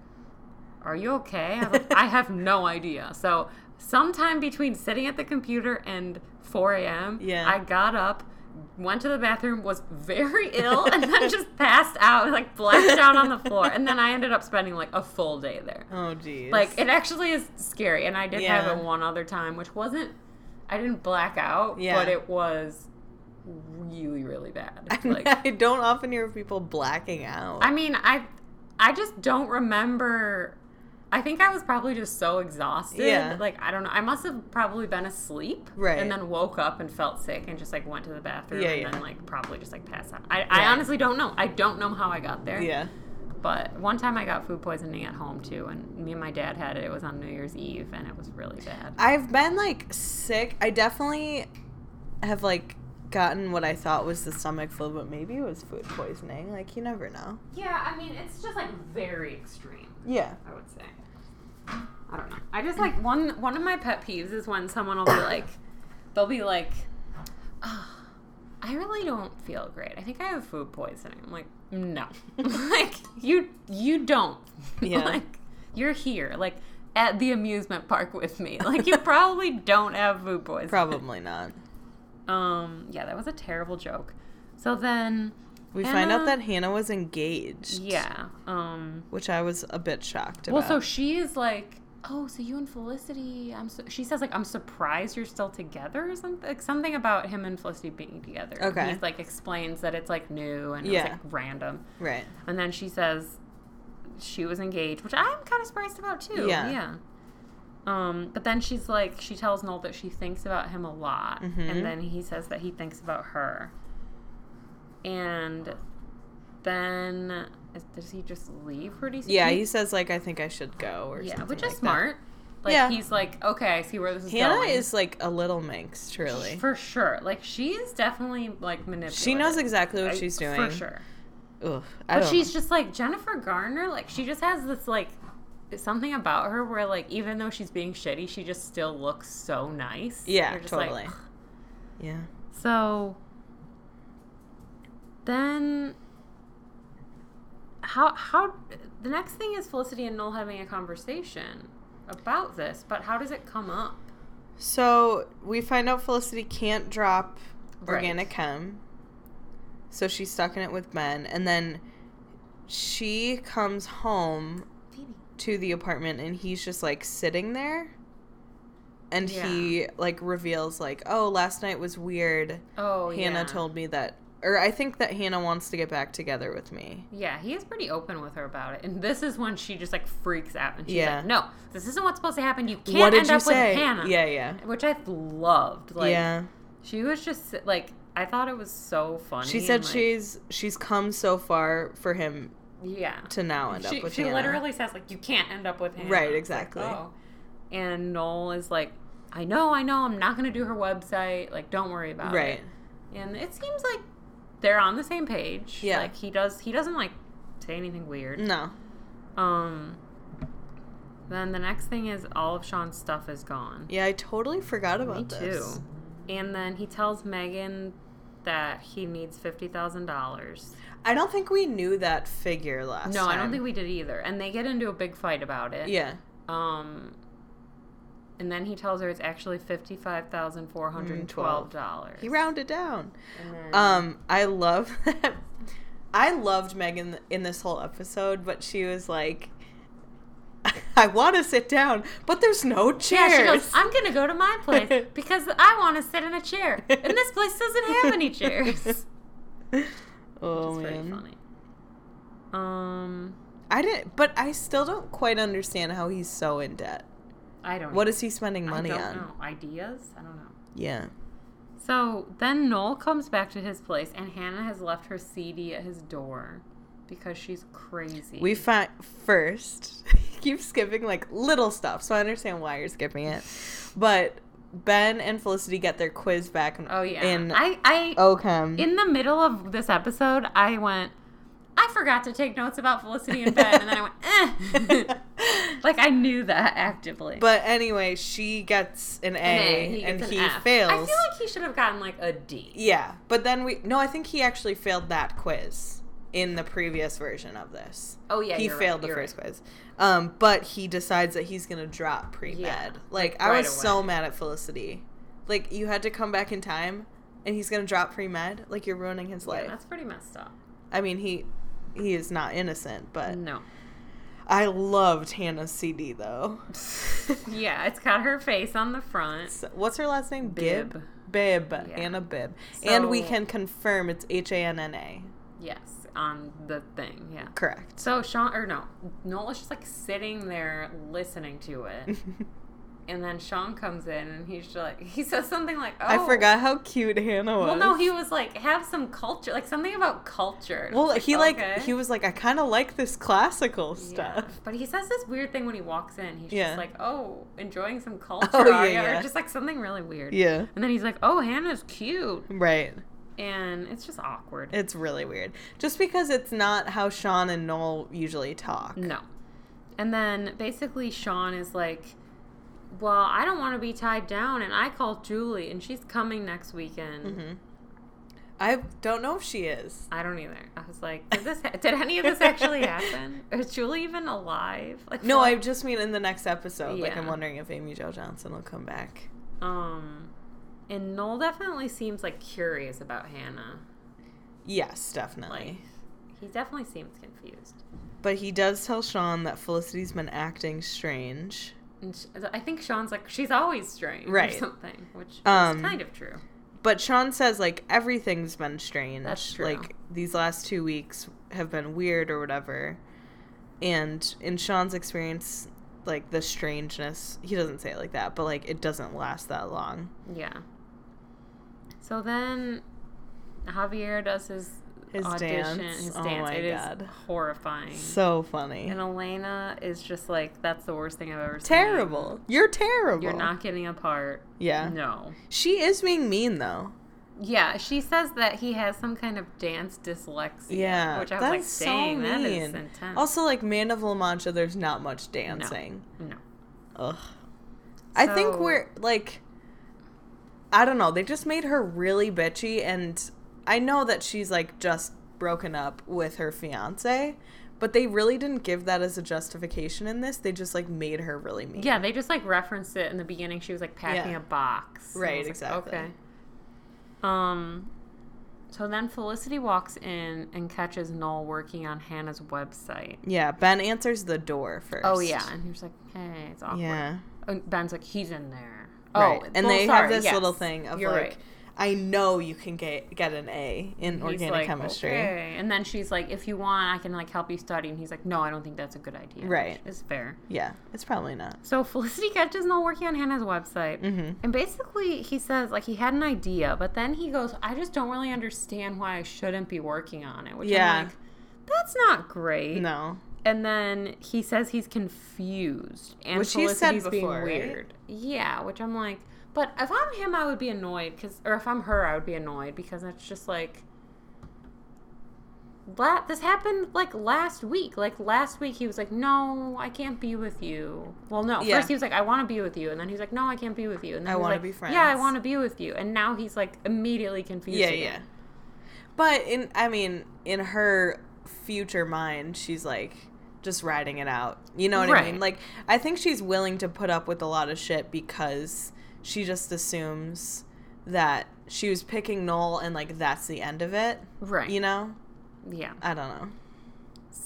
S2: Are you okay?" I was like, "I have no idea." So sometime between sitting at the computer and 4 a.m.,
S3: Yeah.
S2: I got up. Went to the bathroom, was very [LAUGHS] ill, and then just passed out, like blacked out on the floor. And then I ended up spending like a full day there.
S3: Oh geez. [LAUGHS]
S2: Like it actually is scary, and I did have
S3: Yeah.
S2: it one other time, which wasn't. I didn't black out,
S3: Yeah.
S2: but it was really, really bad. Like
S3: I don't often hear of people blacking out.
S2: I mean, I, I just don't remember. I think I was probably just so exhausted.
S3: Yeah.
S2: Like I don't know. I must have probably been asleep.
S3: Right.
S2: And then woke up and felt sick and just like went to the bathroom
S3: Yeah,
S2: and
S3: yeah.
S2: then like probably just like passed out. I,
S3: Right.
S2: I honestly don't know. I don't know how I got there.
S3: yeah.
S2: But one time I got food poisoning at home too, and me and my dad had it. It was on New Year's Eve, and it was really bad.
S3: I've been like sick. I definitely have like gotten what I thought was the stomach flu, but maybe it was food poisoning. Like you never know.
S2: Yeah, I mean, it's just like very extreme.
S3: Yeah.
S2: I would say. I don't know. I just like one one of my pet peeves is when someone will [COUGHS] be like, they'll be like, "Ah, I really don't feel great. I think I have food poisoning. I'm like, no, [LAUGHS] like you you don't. [LAUGHS]
S3: Yeah.
S2: like you're here, like at the amusement park with me. Like you probably don't have food poisoning.
S3: Probably not.
S2: Um, yeah, that was a terrible joke. So then,
S3: We find out
S2: Hannah-
S3: that Hannah was engaged.
S2: yeah, um,
S3: Which I was a bit shocked
S2: Well,
S3: about.
S2: so she is like, oh, so you and Felicity, I'm. Su-, she says like, I'm surprised you're still together or something. Like, something about him and Felicity being together. And
S3: Okay.
S2: He's like explains that it's like new and
S3: Yeah.
S2: it's like random,
S3: right.
S2: and then she says she was engaged, which I'm kind of surprised about too.
S3: Yeah.
S2: Yeah. Um, but then she's like, she tells Noel that she thinks about him a lot,
S3: Mhm.
S2: and then he says that he thinks about her. And then is, does he just leave pretty soon?
S3: Yeah, he says like I think I should go or
S2: yeah,
S3: something
S2: which
S3: like
S2: is
S3: that.
S2: smart. Like
S3: Yeah.
S2: he's like, okay, I see where this is
S3: Hannah
S2: going.
S3: is like a little minx, really.
S2: for sure. Like she is definitely like manipulative.
S3: She knows exactly what
S2: I-
S3: she's doing.
S2: for sure.
S3: Ugh, I
S2: But
S3: don't
S2: she's just like Jennifer Garner. Like she just has this like something about her where like even though she's being shitty, she just still looks so nice.
S3: Yeah,
S2: You're just like,
S3: totally.
S2: "Ugh."
S3: yeah.
S2: so then how how the next thing is Felicity and Noel having a conversation about this, but how does it come up?
S3: So we find out Felicity can't drop
S2: Right.
S3: organic chem. So she's stuck in it with Ben. And then she comes home to the apartment and he's just like sitting there. And
S2: Yeah.
S3: he like reveals like, Oh, last night was weird.
S2: Oh,
S3: Hannah
S2: yeah.
S3: told me that or I think that Hannah wants to get back together with me.
S2: Yeah, he is pretty open with her about it, and this is when she just like freaks out and she's
S3: Yeah.
S2: like, "No, this isn't what's supposed to happen. You can't
S3: what did
S2: end
S3: you
S2: up
S3: say?
S2: with Hannah."
S3: Yeah, yeah.
S2: which I loved. Like,
S3: yeah.
S2: she was just si- like, I thought it was so funny.
S3: She
S2: and,
S3: said
S2: like,
S3: she's she's come so far for him
S2: yeah.
S3: to now end
S2: she
S3: up with
S2: she
S3: Hannah.
S2: literally says like, "You can't end up with Hannah."
S3: Right,
S2: It's like,
S3: exactly.
S2: oh. And Noel is like, "I know, I know. I'm not gonna do her website. Like, don't worry about it."
S3: Right.
S2: and it seems like they're on the same page.
S3: Yeah.
S2: like he does. He doesn't like say anything weird.
S3: No.
S2: Um. Then the next thing is all of Sean's stuff is gone.
S3: Yeah, I totally forgot about
S2: Me
S3: this.
S2: too. And then he tells Megan that he needs fifty thousand dollars.
S3: I don't think we knew that figure last
S2: No,
S3: time.
S2: I don't think we did either. And they get into a big fight about it.
S3: Yeah.
S2: Um. And then he tells her it's actually fifty five thousand four hundred twelve dollars.
S3: He rounded down.
S2: Mm-hmm.
S3: Um, I love [LAUGHS] that. I loved Megan in this whole episode, but she was like, [LAUGHS] I want to sit down, but there's no
S2: Yeah,
S3: chairs.
S2: she goes, I'm going to go to my place
S3: [LAUGHS]
S2: because I want to sit in a chair. And this place doesn't have
S3: [LAUGHS]
S2: any chairs.
S3: oh,
S2: It's "Ah." pretty
S3: man.
S2: funny. Um,
S3: I didn't, but I still don't quite understand how he's so in debt.
S2: I don't.
S3: What is he spending money
S2: I don't
S3: on?
S2: Know. Ideas? I don't know.
S3: Yeah.
S2: So then Noel comes back to his place, and Hannah has left her CD at his door because she's crazy.
S3: We find first, [LAUGHS] you keep skipping like little stuff, so I understand why you're skipping it. But Ben and Felicity get their quiz back. In,
S2: oh yeah.
S3: In Oh.
S2: I I
S3: Ocam.
S2: in [LAUGHS] the middle of this episode, I went. I forgot to take notes about Felicity and Ben, and then I went.
S3: [LAUGHS]
S2: Eh. [LAUGHS] like I knew that actively.
S3: [LAUGHS] but anyway, she gets an A, and
S2: gets an
S3: he
S2: F.
S3: fails.
S2: I feel like he should have gotten like a D.
S3: yeah, but then we no, I think he actually failed that quiz in the previous version of this.
S2: Oh yeah,
S3: he
S2: you're right,
S3: failed the
S2: you're
S3: first quiz. Um, but he decides that he's gonna drop pre med.
S2: Yeah,
S3: like
S2: like,
S3: I
S2: right
S3: was so
S2: away.
S3: mad at Felicity. Like you had to come back in time, and he's gonna drop pre med. Like you're ruining his
S2: Right.
S3: life.
S2: Yeah, that's pretty messed up.
S3: I mean he he is not innocent, but
S2: No.
S3: I loved Hannah's
S2: [LAUGHS]
S3: CD though.
S2: Yeah, it's got her face on the front.
S3: So- What's her last name? Gibb.
S2: Bibb.
S3: Bib.
S2: Yeah.
S3: Anna Bib. and we
S2: So-
S3: can confirm it's H A N N A.
S2: Yes, on the thing. Yeah.
S3: Correct.
S2: So Sean or no, Noel is just like sitting there listening to
S3: [LAUGHS]
S2: it, and then Sean comes in and he's just like he says something like, "Oh,
S3: I forgot how cute Hannah was.
S2: Well, no, he was like, "Have some culture," like something about culture.
S3: Well, he like
S2: okay.
S3: he was like, I kind of like this classical
S2: Yeah.
S3: stuff.
S2: But he says this weird thing when he walks in. He's
S3: Yeah.
S2: just like, "Oh, enjoying some culture,"
S3: Oh, yeah,
S2: are ya?"
S3: yeah.
S2: or just like something really weird.
S3: Yeah.
S2: And then he's like, "Oh, Hannah's cute,"
S3: Right.
S2: and it's just awkward.
S3: It's really weird. Just because it's not how Sean and Noel usually talk.
S2: no, And then basically Sean is like, "Well, I don't want to be tied down and I called Julie and she's coming next weekend."
S3: Mm-hmm. I don't know if she is.
S2: I don't either. I was like, "Did this did any of this
S3: [LAUGHS]
S2: actually happen? Is Julie even alive?" Like
S3: No,
S2: what-
S3: I just mean in the next episode. Like, I'm
S2: Yeah.
S3: wondering if Amy Jo Johnson will come back.
S2: um and Noel definitely seems like curious about Hannah.
S3: Yes, definitely.
S2: He definitely seems confused.
S3: But he does tell Sean that Felicity's been acting strange.
S2: And sh- I think Sean's like, she's always strange
S3: Right.
S2: or something, which
S3: Um,
S2: is kind of true.
S3: But Sean says like everything's been strange.
S2: That's true.
S3: Like these last two weeks have been weird or whatever. And in Sean's experience, like the strangeness, he doesn't say it like that, but like it doesn't last that long.
S2: Yeah. So then Javier does his,
S3: His
S2: audition,
S3: dance.
S2: his
S3: Oh
S2: dance.
S3: my
S2: It is
S3: God.
S2: horrifying.
S3: So funny.
S2: and Elena is just like, that's the worst thing I've ever seen.
S3: Terrible. You're terrible.
S2: um, You're not getting a part.
S3: Yeah.
S2: No.
S3: She is being mean though.
S2: Yeah, she says that he has some kind of dance dyslexia.
S3: Yeah.
S2: Which I was
S3: that
S2: like,
S3: is
S2: dang,
S3: so
S2: that
S3: mean.
S2: is intense.
S3: Also, like Man of La Mancha, there's not much dancing.
S2: no.
S3: Ugh. I think
S2: So-
S3: we're like I don't know, they just made her really bitchy and I know that she's like just broken up with her fiance, but they really didn't give that as a justification in this. They just like made her really mean.
S2: Yeah, they just like referenced it in the beginning. She was like packing
S3: Yeah.
S2: a box. And I
S3: Right,
S2: was like,
S3: exactly.
S2: Okay. Um, so then Felicity walks in and catches Noel working on Hannah's website.
S3: Yeah, Ben answers the door first.
S2: Oh yeah, and he was like, "Hey, it's awkward."
S3: Yeah.
S2: And Ben's like, "He's in there."
S3: Right.
S2: Oh,
S3: and
S2: well,
S3: they
S2: sorry,
S3: have this
S2: yes.
S3: little thing of
S2: You're
S3: like
S2: right.
S3: I know you can get get an A in
S2: He's
S3: organic
S2: like,
S3: chemistry.
S2: "Okay." And then she's like, "If you want, I can like help you study." And he's like, "No, I don't think that's a good idea."
S3: Right.
S2: Which is fair.
S3: Yeah, it's probably not.
S2: So Felicity catches Noel working on Hannah's website, and basically he says like he had an idea, but then he goes, "I just don't really understand why I shouldn't be working on it." Which
S3: Yeah.
S2: I'm like, that's not great.
S3: No.
S2: And then he says he's confused, and
S3: Which he
S2: Felicity's
S3: said
S2: being
S3: before, right?
S2: weird. Yeah, which I'm like, but if I'm him, I would be annoyed because, or if I'm her, I would be annoyed because it's just like. La- this happened like last week. Like last week, he was like, "No, I can't be with you." Well, no.
S3: Yeah.
S2: First, he was like, "I want to be with you," and then he's like, "No, I can't be with you." And then
S3: I
S2: he was
S3: wanna
S2: like,
S3: be
S2: Yeah, I
S3: friends.
S2: want to be with you. And now he's like immediately confused.
S3: yeah
S2: again.
S3: yeah but in i mean in her future mind she's like just riding it out you know what i mean
S2: Right.
S3: like i think she's willing to put up with a lot of shit because she just assumes that she was picking Noel and like that's the end of it
S2: Right.
S3: you know
S2: Yeah.
S3: i don't know [LAUGHS]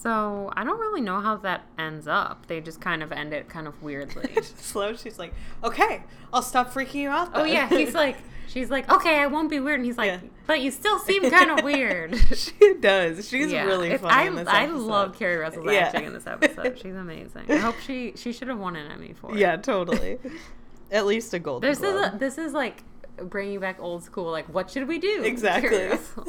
S2: So I don't really know how that ends up. They just kind of end it kind of
S3: [LAUGHS]
S2: weirdly.
S3: slow she's like okay i'll stop freaking you out
S2: oh
S3: then."
S2: yeah, he's
S3: [LAUGHS]
S2: like, she's like, okay, I won't be weird, and he's like,
S3: Yeah.
S2: but you still
S3: [LAUGHS]
S2: seem kind of weird.
S3: she does she's
S2: yeah,
S3: really
S2: It's-
S3: funny
S2: I,
S3: in this
S2: I
S3: episode.
S2: love Carrie Russell's
S3: Yeah.
S2: acting in this
S3: [LAUGHS]
S2: episode. She's amazing. I hope she she should have won an Emmy for it.
S3: yeah totally
S2: [LAUGHS]
S3: at least a golden
S2: This is
S3: Globe.
S2: a, this is like bringing back old school. Like, what should we do? [LAUGHS]
S3: Exactly.
S2: Carrie Russell.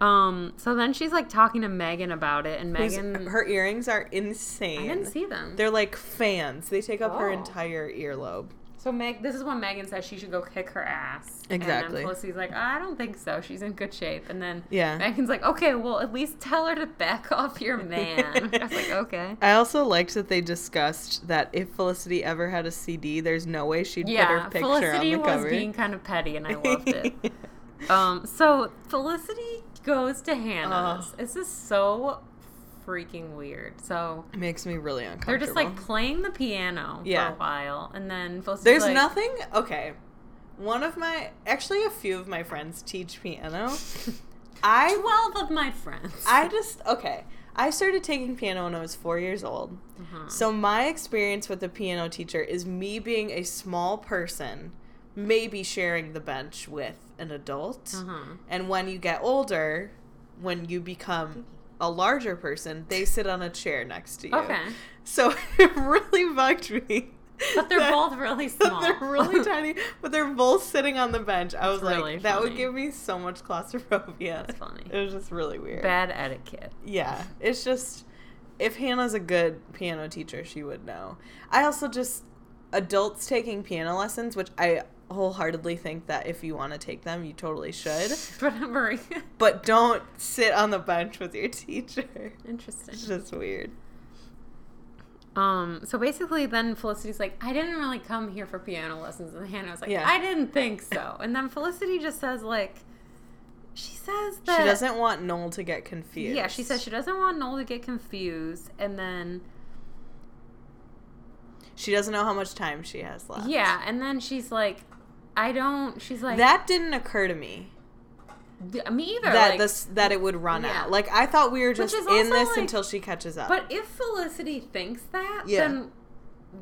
S2: um. So then she's like talking to Megan about it, and
S3: Who's-
S2: Megan,
S3: her earrings are insane.
S2: I didn't see them.
S3: They're like fans. They take up her
S2: Oh.
S3: entire earlobe.
S2: So Meg, this is when Megan says she should go kick her ass. And
S3: Exactly.
S2: then Felicity's like, I don't think so. She's in good shape. And then
S3: Yeah.
S2: Megan's like, okay, well at least tell her to back [LAUGHS] off your
S3: [LAUGHS]
S2: man. I was like, okay.
S3: I also liked that they discussed that if Felicity ever had a CD, there's no way she'd
S2: Yeah,
S3: put her picture
S2: Felicity
S3: on the
S2: was
S3: cover.
S2: being kind of petty, and I loved
S3: [LAUGHS]
S2: it. um, so Felicity goes to Hannah's. This is so freaking weird. So
S3: Makes me really uncomfortable.
S2: they're just like playing the piano
S3: Yeah.
S2: for a while, and then Felicity's
S3: There's
S2: like,
S3: nothing. Okay. One of my. Actually, a few of my friends
S2: [LAUGHS]
S3: teach piano. I
S2: Twelve of my friends.
S3: I just okay. I started taking piano when I was four years old.
S2: Uh-huh.
S3: So my experience with the piano teacher is me being a small person, maybe sharing the bench with an adult.
S2: Uh-huh.
S3: And when you get older, when you become a larger person, they sit on a chair next to you.
S2: Okay.
S3: So [LAUGHS] it really bugged me.
S2: But
S3: [LAUGHS]
S2: they're
S3: that-
S2: both really
S3: that
S2: small.
S3: They're
S2: [LAUGHS]
S3: really tiny, but they're both sitting on the bench. I was
S2: really
S3: like, that would
S2: funny.
S3: give me so much claustrophobia.
S2: [LAUGHS] That's funny.
S3: It was just really weird.
S2: Bad
S3: [LAUGHS]
S2: etiquette.
S3: Yeah, it's just if Hannah's a good piano teacher, she would know. I also just adults taking piano lessons, which I wholeheartedly think that if you want to take them, you totally should, [LAUGHS]
S2: Whatever.
S3: but don't sit on the bench with your [LAUGHS] teacher.
S2: Interesting.
S3: It's just weird.
S2: Um, so basically, then Felicity's like, I didn't really come here for piano lessons. And Hannah was like,
S3: Yeah.
S2: I didn't think so. And then Felicity just says, like, she says that.
S3: She doesn't want Noel to get confused.
S2: Yeah, she says she doesn't want Noel to get confused. And then,
S3: she doesn't know how much time she has left.
S2: yeah, and then she's like, I don't. She's like,
S3: That didn't occur to me
S2: D- me either.
S3: that
S2: like-
S3: this that it would run
S2: Yeah.
S3: out. Like I thought we were just
S2: is
S3: in
S2: also,
S3: this
S2: like-
S3: until she catches up.
S2: But if Felicity thinks that,
S3: Yeah.
S2: then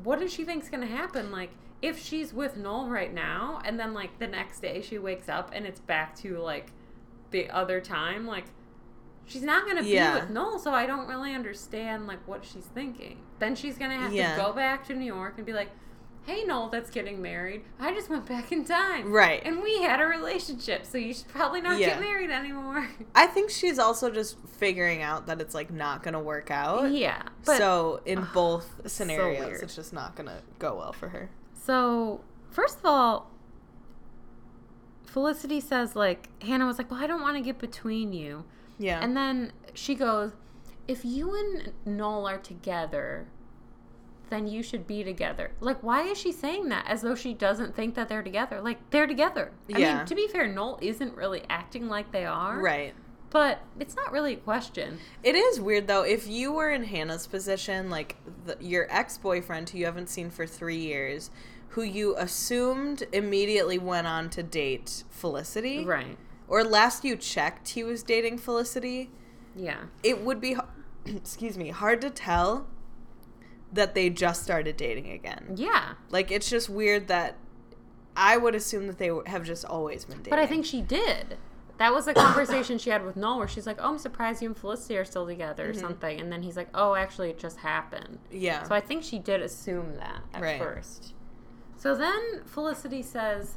S2: what does she think's gonna happen? Like, if she's with Noel right now, and then like the next day she wakes up and it's back to like the other time, like she's not gonna
S3: Yeah.
S2: be with Noel. So I don't really understand like what she's thinking. Then she's gonna have
S3: Yeah.
S2: to go back to New York and be like. Hey Noel, that's getting married. I just went back in time,
S3: Right.
S2: And we had a relationship, so you should probably not
S3: Yeah.
S2: get married anymore.
S3: I think she's also just figuring out that it's like not gonna work out.
S2: yeah, but
S3: so in both scenarios,
S2: weird.
S3: it's just not gonna go well for her.
S2: So, first of all, Felicity says, like, Hannah was like, Well, I don't want to get between you.
S3: Yeah.
S2: And then she goes, If you and Noel are together, then you should be together. Like, why is she saying that as though she doesn't think that they're together? Like, they're together. I
S3: Yeah.
S2: mean, to be fair, Noel isn't really acting like they are.
S3: right.
S2: But it's not really a question.
S3: It is weird though. If you were in Hannah's position, like the, your ex boyfriend who you haven't seen for three years, who you assumed immediately went on to date Felicity,
S2: Right.
S3: or last you checked, he was dating Felicity,
S2: Yeah.
S3: it would be, h- [CLEARS THROAT] excuse me, hard to tell that they just started dating again.
S2: Yeah.
S3: Like it's just weird that I would assume that they have just always been dating.
S2: But I think she did. That was the conversation she had with Noel, where she's like, "Oh, I'm surprised you and Felicity are still together," or something, and then he's like, "Oh, actually, it just happened."
S3: yeah,
S2: So I think she did assume that at
S3: Right.
S2: first. So then Felicity says,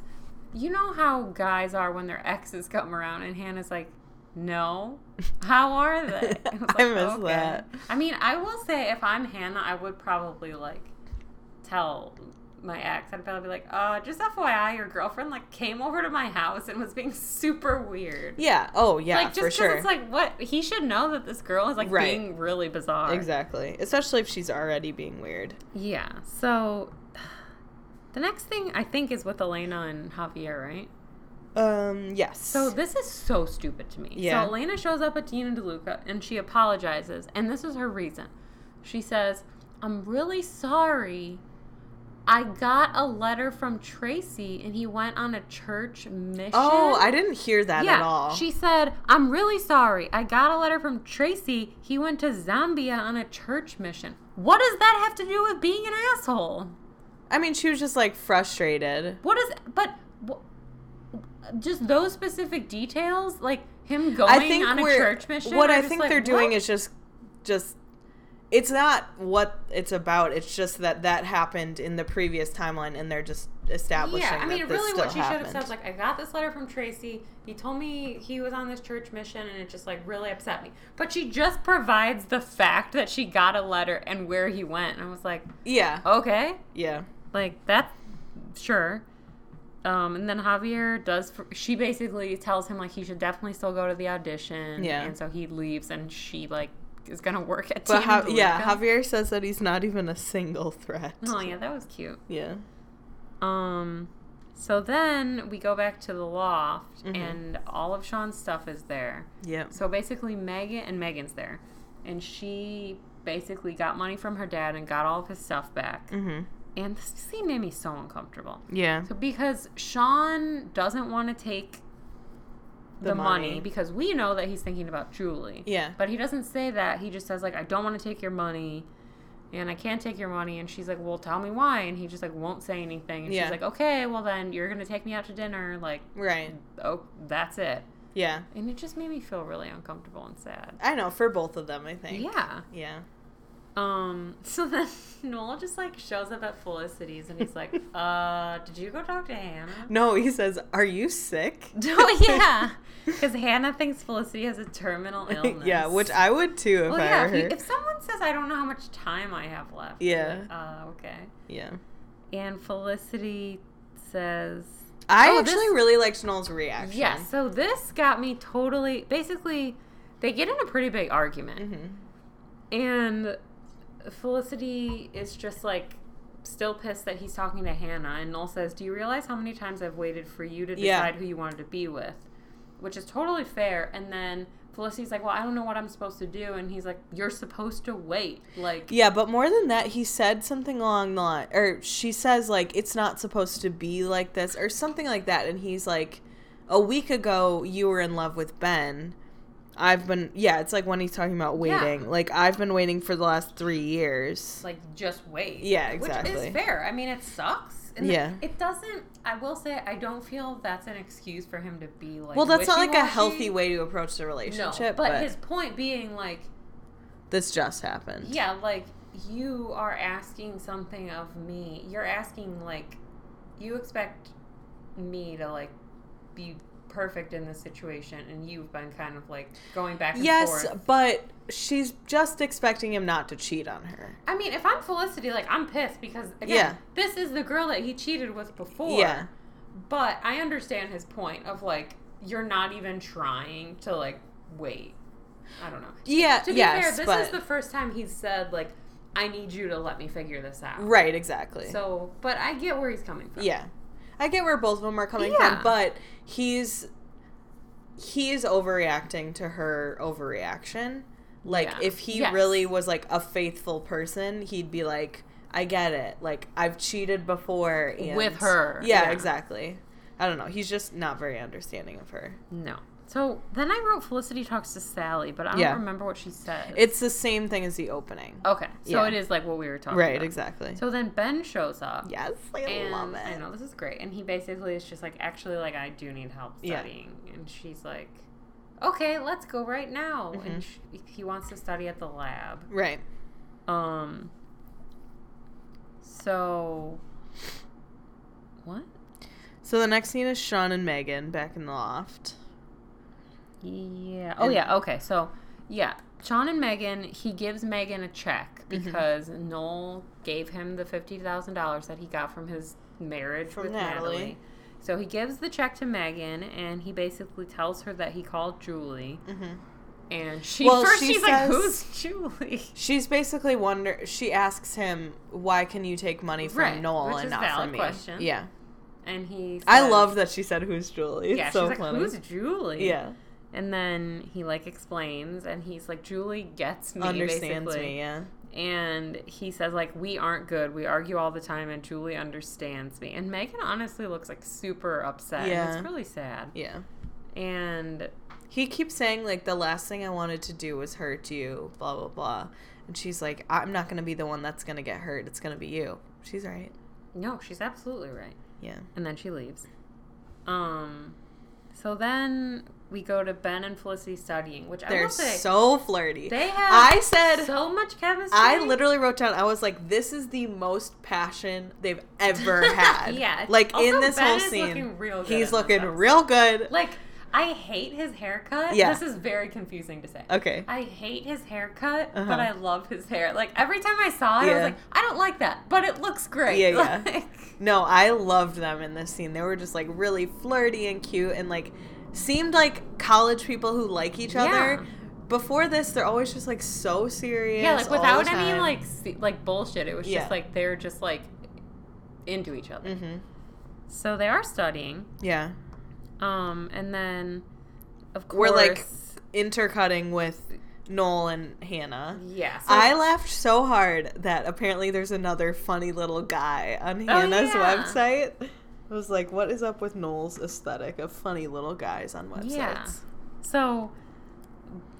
S2: "You know how guys are when their exes come around," and Hannah's like,
S3: [LAUGHS]
S2: "No, how are they?" was
S3: I miss that.
S2: I mean, I will say, if I'm Hannah, I would probably like tell my ex. I'd probably be like, "Uh, just FYI, your girlfriend like came over to my house and was being [LAUGHS] super weird."
S3: yeah. Oh yeah,
S2: like just
S3: for sure.
S2: it's like what he should know that this girl is like
S3: Right.
S2: being really bizarre.
S3: Exactly. Especially if she's already being weird.
S2: Yeah. So [SIGHS] the next thing I think is with Elena and Javier, right?
S3: Um, yes.
S2: So this is so stupid to me.
S3: Yeah.
S2: So Elena shows up at Dina DeLuca and she apologizes, and this is her reason. She says, "I'm really sorry. I got a letter from Tracy, and he went on a church mission."
S3: Oh, I didn't hear that
S2: yeah,
S3: at all.
S2: She said, I'm really sorry. I got a letter from Tracy. He went to Zambia on a church mission. What does that have to do with being an asshole?
S3: I mean, she was just like frustrated.
S2: What is? But wh- just those specific details, like him going
S3: I think
S2: on a
S3: we're,
S2: church mission.
S3: What
S2: are
S3: I
S2: just
S3: think
S2: like,
S3: they're doing
S2: what?
S3: is just, just, it's not what it's about. It's just that that happened in the previous timeline, and they're just establishing.
S2: Yeah, I mean,
S3: that this
S2: really, what she should
S3: still
S2: have
S3: happened.
S2: said is like, I got this letter from Tracy. He told me he was on this church mission, and it just like really upset me. But she just provides the fact that she got a letter and where he went, and I was like,
S3: yeah,
S2: okay,
S3: yeah,
S2: like that, sure. Um, and then Javier does. fr- She basically tells him like he should definitely still go to the audition.
S3: Yeah.
S2: And so he leaves, and she like is gonna work at.
S3: but
S2: Team
S3: how, yeah,
S2: Luca.
S3: Javier says that he's not even a single threat.
S2: Oh yeah, that was cute.
S3: Yeah,
S2: Um, so then we go back to the loft,
S3: Mm-hmm.
S2: and all of Sean's stuff is there.
S3: yeah,
S2: So basically, Megan and Megan's there, and she basically got money from her dad and got all of his stuff back.
S3: mm-hmm.
S2: And this scene made me so uncomfortable.
S3: yeah,
S2: So because Sean doesn't want to take the,
S3: The
S2: money.
S3: money.
S2: because we know that he's thinking about Julie.
S3: Yeah.
S2: But he doesn't say that. He just says like I don't want to take your money and I can't take your money and she's like, "Well, tell me why." And he just like won't say anything. And
S3: Yeah.
S2: she's like, "Okay, well then you're going to take me out to dinner." Like,
S3: right,
S2: "Oh, that's it."
S3: yeah.
S2: And it just made me feel really uncomfortable and sad.
S3: I know for both of them, I think.
S2: Yeah.
S3: yeah.
S2: Um, [LAUGHS] so then Noel just like shows up at Felicity's and he's like, [LAUGHS] uh, did you go talk to Hannah?
S3: No, he says, "Are you sick?" [LAUGHS]
S2: Oh [LAUGHS] yeah, because Hannah thinks Felicity has a terminal illness.
S3: [LAUGHS] yeah, which I would too if
S2: well,
S3: I
S2: yeah.
S3: were
S2: If, you-
S3: her.
S2: if someone says I don't know how much time I have left,
S3: Yeah.
S2: you're like, Uh, okay.
S3: yeah.
S2: And Felicity says,
S3: I
S2: Oh,
S3: actually
S2: this-
S3: really liked Noel's reaction.
S2: "Yeah." So this got me
S3: Mm-hmm.
S2: totally. Basically, they get in a pretty big argument,
S3: hmm
S2: and Felicity is just like still pissed that he's talking to Hannah, and Noel says, "Do you realize how many times I've waited for you to decide
S3: Yeah.
S2: who you wanted to be with?" Which is totally fair. And then Felicity's like, "Well, I don't know what I'm supposed to do," and he's like, "You're supposed to wait." Like,
S3: Yeah, but more than that, he said something along the line, or she says like it's not supposed to be like this, or something like that, and he's like, a week ago you were in love with Ben. I've been yeah, it's like when he's talking about
S2: Yeah.
S3: waiting. Like I've been waiting for the last three years.
S2: like just wait.
S3: Yeah,
S2: Which
S3: exactly.
S2: is fair. I mean, it sucks. And
S3: Yeah.
S2: It doesn't. I will say, I don't feel that's an excuse for him to be like.
S3: well, that's not like a
S2: wishy-washy.
S3: healthy way to approach the
S2: No,
S3: relationship,
S2: but,
S3: but,
S2: his point being like,
S3: this just happened.
S2: yeah, like you are asking something of me. You're asking like, you expect me to like be perfect in this situation, and you've been kind of like going back and
S3: Yes,
S2: forth.
S3: but she's just expecting him not to cheat on her.
S2: I mean, if I'm Felicity, like I'm pissed because again,
S3: Yeah.
S2: this is the girl that he cheated with before.
S3: Yeah.
S2: But I understand his point of like you're not even trying to like wait. I don't know.
S3: Yeah.
S2: To be
S3: yes,
S2: fair, this
S3: but
S2: is the first time he's said like I need you to let me figure this out.
S3: right exactly.
S2: So, but I get where he's coming from.
S3: Yeah. I get where both of them are coming
S2: Yeah.
S3: from, but he's he's overreacting to her overreaction. Like
S2: Yeah.
S3: if he
S2: Yes.
S3: really was like a faithful person, he'd be like, I get it. Like I've cheated before and
S2: With her,
S3: Yeah,
S2: yeah.
S3: exactly. I don't know. He's just not very understanding of her.
S2: No. So then I wrote Felicity talks to Sally, but I don't
S3: Yeah.
S2: remember what she said.
S3: It's the same thing as the opening.
S2: okay. So
S3: Yeah.
S2: it is like what we were talking
S3: right,
S2: about.
S3: exactly.
S2: Oh, So then Ben shows up.
S3: yes, I
S2: and
S3: love it.
S2: I know this is great. And he basically is just like, actually, like I do need help
S3: Yeah.
S2: studying, and she's like, okay, let's go right now. And sh
S3: Mm-hmm.
S2: he wants to study at the lab.
S3: Right.
S2: Um. So. What?
S3: So the next scene is Sean and Megan back in the loft.
S2: Yeah. Oh
S3: And-
S2: yeah. Okay. So yeah, Sean and Megan. He gives Megan a check
S3: Mm-hmm.
S2: because Noel gave him the fifty thousand dollars that he got from his marriage
S3: From
S2: with Natalie.
S3: Natalie.
S2: So he gives the check to Megan, and he basically tells her that he called Julie,
S3: Mhm.
S2: and she
S3: Well,
S2: first
S3: she
S2: she's like,
S3: says-
S2: "Who's Julie?"
S3: She's basically wonder. She asks him, "Why can you take money from
S2: Right,
S3: Noel
S2: which
S3: and
S2: is
S3: not
S2: valid
S3: from me?"
S2: question.
S3: Yeah,
S2: And he,
S3: I
S2: says-
S3: love that she said, "Who's Julie?" It's
S2: Yeah,
S3: so
S2: she's like,
S3: funny.
S2: "Who's Julie?"
S3: yeah,
S2: and then he like explains, and he's like, "Julie gets me,
S3: understands
S2: basically.
S3: me. Yeah,
S2: and he says like we aren't good we argue all the time and julie understands me and megan honestly looks like super upset and
S3: Yeah.
S2: it's really sad
S3: yeah.
S2: and
S3: He keeps saying like, "The last thing I wanted to do was hurt you." Blah blah blah. And she's like, "I'm not gonna be the one that's gonna get hurt. It's gonna be you." She's right.
S2: no she's absolutely right
S3: Yeah.
S2: and then she leaves um so then we go to ben and felicity studying which i
S3: They're
S2: will say
S3: so flirty.
S2: they have
S3: I said
S2: so much chemistry
S3: I literally wrote down. I was like, "This is the most passion they've ever had."
S2: [LAUGHS] Yeah.
S3: like
S2: Also,
S3: in this
S2: Ben
S3: whole
S2: is
S3: scene,
S2: looking real good in
S3: he's
S2: this
S3: looking
S2: episode.
S3: real good.
S2: like i hate his haircut
S3: Yeah.
S2: this is very confusing to say
S3: Okay,
S2: I hate his haircut,
S3: Uh-huh.
S2: but I love his hair. Like every time I saw it, I was
S3: Yeah.
S2: like, I don't like that, but it looks great. [LAUGHS]
S3: Yeah, yeah.
S2: Like,
S3: no, I loved them in this scene. They were just like really flirty and cute, and like seemed like college people who like each other.
S2: Yeah.
S3: Before this, they're always just like so serious.
S2: yeah, like
S3: all the
S2: without any
S3: time.
S2: like se- like bullshit. It was
S3: Yeah.
S2: just like they're just like into each other.
S3: Mhm.
S2: So they are studying,
S3: Yeah,
S2: um, and then of course
S3: We're, like- intercutting with Noel and Hannah.
S2: yeah. So
S3: I laughed so hard that apparently there's another funny little guy on
S2: Oh,
S3: Hannah's
S2: yeah.
S3: website. I was like, what is up with Noel's aesthetic of funny little guys on websites?
S2: Yeah. So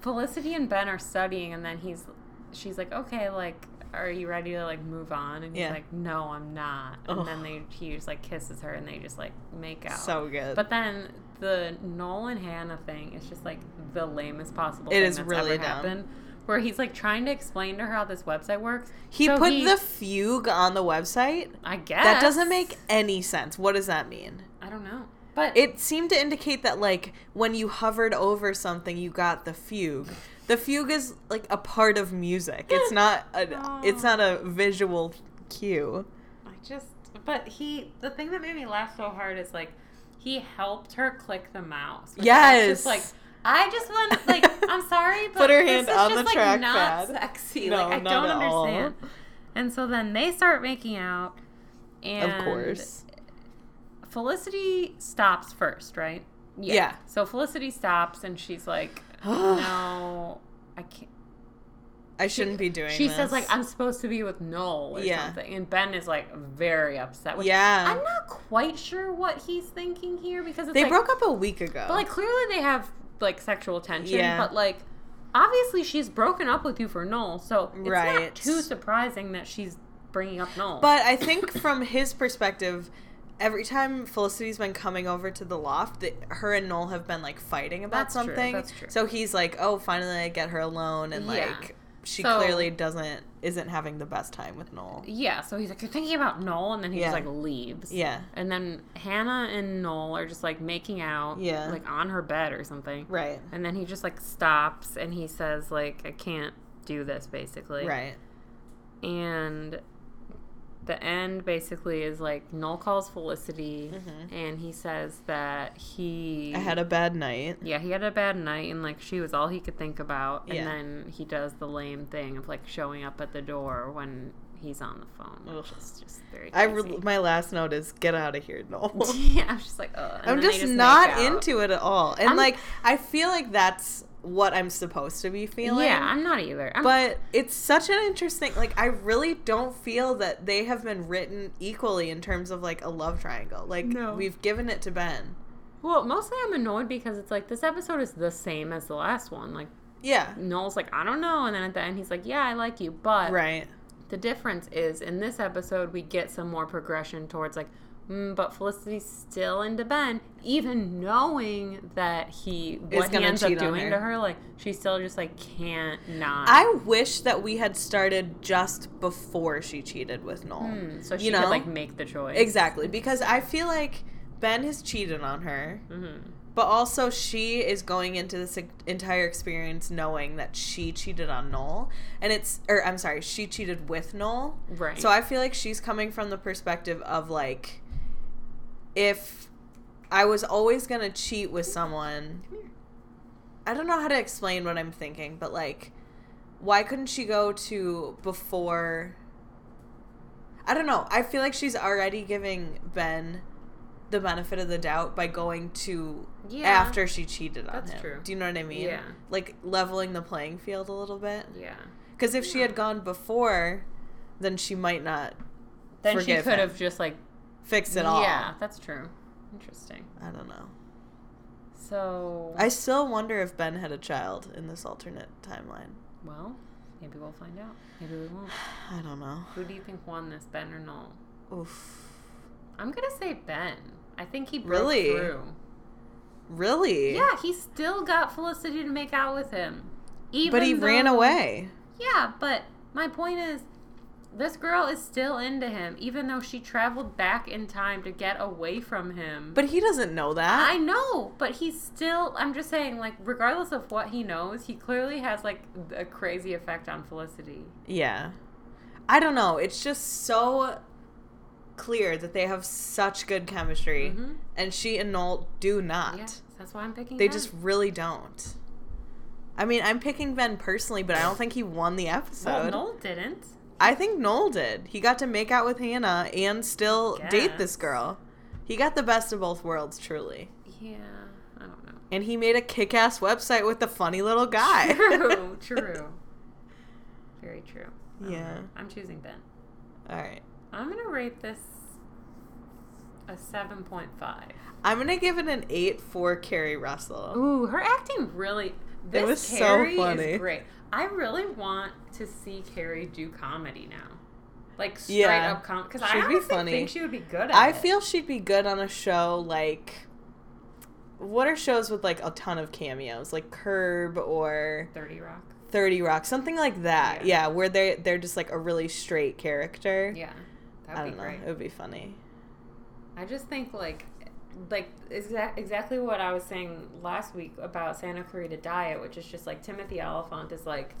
S2: Felicity and Ben are studying and then he's she's like, Okay, like, are you ready to like move on? And he's
S3: Yeah.
S2: like, No, I'm not. And
S3: Ugh.
S2: then they he just like kisses her and they just like make out.
S3: So good.
S2: but then the Nolan Hannah thing is just like the lamest possible
S3: It
S2: thing
S3: is
S2: that's
S3: really
S2: ever
S3: dumb.
S2: happened. Where he's like trying to explain to her how this website works.
S3: he
S2: So
S3: put the fugue on the website.
S2: I guess
S3: That doesn't make any sense. What does that mean?
S2: I don't know. But
S3: It seemed to indicate that like when you hovered over something, you got the fugue. The fugue is like a part of music. It's not
S2: [LAUGHS]
S3: a
S2: Aw.
S3: it's not a visual cue.
S2: I just, but he, the thing that made me laugh so hard is like, he helped her click the mouse. which I was
S3: Yes.
S2: Just like, I just want like
S3: [LAUGHS]
S2: I'm sorry, but
S3: Put her
S2: this
S3: hand
S2: is
S3: on
S2: just,
S3: the
S2: like,
S3: track
S2: not
S3: pad.
S2: Sexy.
S3: No,
S2: like I
S3: not
S2: don't
S3: at all.
S2: understand. And so then they start making out, and
S3: of course.
S2: Felicity stops first, right?
S3: Yeah.
S2: So Felicity stops, and she's
S3: [SIGHS]
S2: like, "No, I can't."
S3: I shouldn't be doing
S2: She says
S3: this.
S2: like, "I'm supposed to be with Noel or
S3: Yeah.
S2: something," and Ben is like very upset. Which
S3: Yeah.
S2: I'm not quite sure what he's thinking here because it's
S3: They
S2: like,
S3: broke up a week ago.
S2: But like clearly they have like sexual tension,
S3: Yeah.
S2: but like obviously she's broken up with you for Noel, so it's
S3: Right.
S2: not too surprising that she's bringing up Noel.
S3: But I think from his perspective, every time Felicity's been coming over to the loft, that her and Noel have been like fighting about
S2: That's true,
S3: something.
S2: that's true.
S3: So he's like, "Oh, finally I get her alone," and
S2: Yeah.
S3: like she
S2: So-
S3: clearly doesn't isn't having the best time with Noel.
S2: yeah, so he's like you're thinking about Noel, and then he
S3: Yeah.
S2: just like leaves.
S3: Yeah,
S2: And then Hannah and Noel are just like making out,
S3: Yeah.
S2: like on her bed or something.
S3: right,
S2: And then he just like stops and he says like I can't do this basically.
S3: right.
S2: and the end basically is like Noel calls Felicity and he says that he
S3: Mm-hmm. I had a bad night.
S2: yeah he had a bad night and like she was all he could think about
S3: Yeah.
S2: and then he does the lame thing of like showing up at the door when he's on the phone which
S3: Ugh.
S2: is just very
S3: I
S2: cheesy.
S3: re- my last note is get out of here, Noel.
S2: [LAUGHS] yeah I'm just like Ugh. And
S3: [LAUGHS] I'm
S2: then they
S3: just,
S2: make
S3: not
S2: out.
S3: into it at all, and
S2: I'm-
S3: like I feel like that's what I'm supposed to be feeling.
S2: yeah I'm not either I'm,
S3: But it's such an interesting like I really don't feel that they have been written equally in terms of like a love triangle. Like
S2: No.
S3: we've given it to Ben.
S2: well mostly I'm annoyed because it's like this episode is the same as the last one like
S3: Yeah.
S2: Noel's like I don't know and then at the end he's like yeah I like you but
S3: Right.
S2: The difference is in this episode, we get some more progression towards like, mm, but Felicity's still into Ben, even knowing that he what he
S3: gonna
S2: ends up
S3: cheat on
S2: doing
S3: her.
S2: to her. Like she still just like can't not.
S3: I wish that we had started just before she cheated with Noel.
S2: Mm, so she
S3: you
S2: could
S3: know?
S2: like make the choice.
S3: Exactly, because I feel like Ben has cheated on her,
S2: Mhm.
S3: but also she is going into this e- entire experience knowing that she cheated on Noel, and it's or I'm sorry, she cheated with Noel.
S2: Right.
S3: So I feel like she's coming from the perspective of like, if I was always gonna cheat with someone, I don't know how to explain what I'm thinking, but like, why couldn't she go to before? I don't know. I feel like she's already giving Ben the benefit of the doubt by going to
S2: Yeah.
S3: after she cheated on
S2: That's
S3: him.
S2: true.
S3: Do you know what I mean?
S2: Yeah.
S3: Like leveling the playing field a little bit.
S2: yeah.
S3: Because if she had gone before, then she might not
S2: Then she
S3: Forgive
S2: could
S3: him.
S2: have just like
S3: fix it all.
S2: Yeah, that's true. Interesting.
S3: I don't know.
S2: So
S3: I still wonder if Ben had a child in this alternate timeline.
S2: well, maybe we'll find out. Maybe we won't.
S3: I don't know.
S2: Who do you think won this, Ben or Noel?
S3: Oof.
S2: I'm gonna say Ben. I think he broke
S3: Really?
S2: through.
S3: Really?
S2: Yeah, he still got Felicity to make out with him. Even
S3: But he
S2: though-
S3: ran away.
S2: Yeah, but my point is this girl is still into him, even though she traveled back in time to get away from him.
S3: But he doesn't know that.
S2: I know, but he's still I'm just saying, like, regardless of what he knows, he clearly has like a crazy effect on Felicity.
S3: yeah. I don't know. It's just so clear that they have such good chemistry.
S2: Mhm.
S3: And she and Noel do not.
S2: Yeah, that's why I'm picking
S3: They
S2: Ben.
S3: just really don't. I mean, I'm picking Ben personally, but I don't think he won the
S2: Well,
S3: episode.
S2: Noel didn't.
S3: I think Noel did. He got to make out with Hannah and still date this
S2: Guess.
S3: girl. He got the best of both worlds, truly.
S2: Yeah, I don't know.
S3: And he made a kick ass website with a funny little guy.
S2: True, [LAUGHS] true. Very true. I don't
S3: [LAUGHS] Yeah.
S2: know. I'm choosing Ben.
S3: All right.
S2: I'm gonna rate this a seven point five.
S3: I'm going to give it an 8 for Carrie Russell.
S2: Ooh, her acting really. This
S3: was so
S2: Carrie
S3: funny.
S2: Is great. I really want to see Carrie do comedy now, like straight
S3: Yeah.
S2: up comedy. Because I
S3: She'd be
S2: honestly
S3: funny.
S2: think she would be good at
S3: I
S2: it.
S3: feel she'd be good on a show like. What are shows with like a ton of cameos? Like Curb or
S2: Thirty Rock.
S3: 30 Rock, something like that.
S2: Yeah.
S3: Yeah, where they they're just like a really straight character.
S2: Yeah, that would
S3: I
S2: be
S3: don't know.
S2: great.
S3: It would be funny.
S2: I just think like like exact, exactly what I was saying last week about Santa Clarita Diet, which is just like Timothy Oliphant is like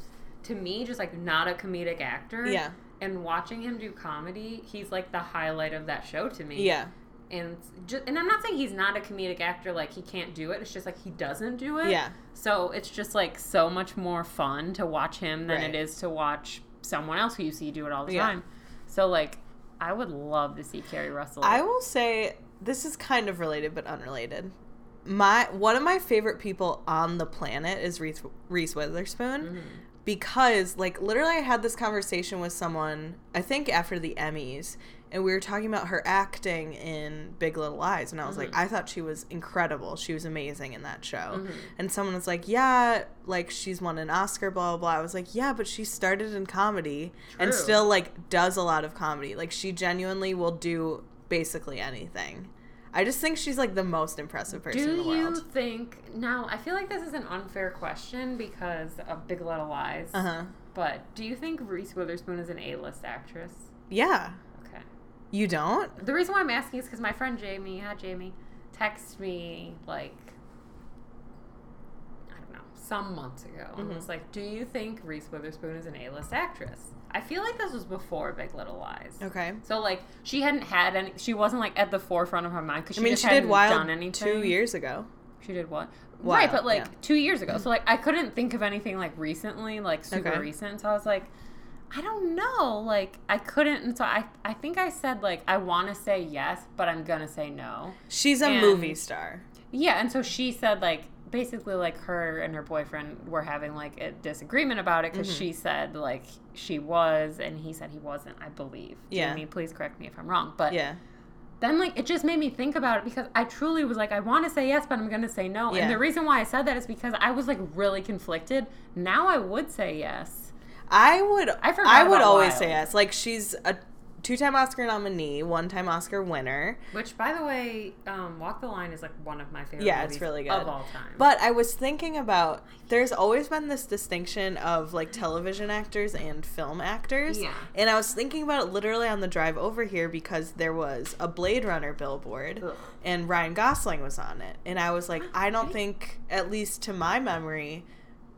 S2: to me just like not a comedic actor.
S3: Yeah.
S2: And watching him do comedy, he's like the highlight of that show to me.
S3: Yeah.
S2: and just, and I'm not saying he's not a comedic actor like he can't do it. It's just like he doesn't do it.
S3: Yeah.
S2: So it's just like so much more fun to watch him than
S3: Right.
S2: it is to watch someone else who you see do it all the
S3: Yeah.
S2: time. So like I would love to see Carrie Russell.
S3: I will say this is kind of related but unrelated. My one of my favorite people on the planet is Reese, Reese Witherspoon because like literally I had this conversation with someone I think after the Emmys and we were talking about her acting in Big Little Lies and I was
S2: Mm-hmm.
S3: like I thought she was incredible. She was amazing in that show. And someone was like, "Yeah, like she's won an Oscar blah blah." blah. I was like, "Yeah, but she started in comedy and
S2: True.
S3: still like does a lot of comedy. Like she genuinely will do basically anything. I just think she's like the most impressive person
S2: do
S3: in the
S2: you
S3: world.
S2: think now? I feel like this is an unfair question because of Big Little Lies.
S3: Uh huh.
S2: But do you think Reese Witherspoon is an A-list actress?
S3: Yeah.
S2: Okay.
S3: You don't?
S2: The reason why I'm asking is because my friend Jamie, hi Jamie, texted me like I don't know some months ago
S3: Mm-hmm.
S2: and was like, "Do you think Reese Witherspoon is an A-list actress?" I feel like this was before Big Little Lies.
S3: Okay.
S2: So like she hadn't had any. She wasn't like at the forefront of her mind because
S3: I
S2: she,
S3: mean,
S2: just
S3: she did
S2: hadn't
S3: Wild
S2: done anything.
S3: two years ago.
S2: She did what?
S3: Wild,
S2: right, but like
S3: yeah.
S2: two years ago. So like I couldn't think of anything like recently, like super
S3: Okay.
S2: recent. So I was like, I don't know. Like I couldn't. And so I, I think I said like I want to say yes, but I'm gonna say no.
S3: She's a
S2: And-
S3: movie star.
S2: Yeah, and so she said like basically like her and her boyfriend were having like a disagreement about it because she
S3: Mm-hmm.
S2: said like she was and he said he wasn't. I believe.
S3: Yeah.
S2: Jamie, please correct me if I'm wrong, but
S3: Yeah.
S2: then like it just made me think about it because I truly was like I want to say yes but I'm going to say no.
S3: Yeah.
S2: And the reason why I said that is because I was like really conflicted. Now I would say yes.
S3: I would. I,
S2: I forgot
S3: would
S2: about
S3: always
S2: Wild.
S3: say yes. Like she's a two-time Oscar nominee, one-time Oscar winner.
S2: Which by the way, um Walk the Line is like one of my favorite
S3: Yeah, it's movies really good. of all
S2: time.
S3: But I was thinking about there's always been this distinction of like television actors and film actors.
S2: Yeah.
S3: And I was thinking about it literally on the drive over here because there was a Blade Runner billboard
S2: Ugh. Oh,
S3: and Ryan Gosling was on it. And I was like, I don't think, at least to my memory,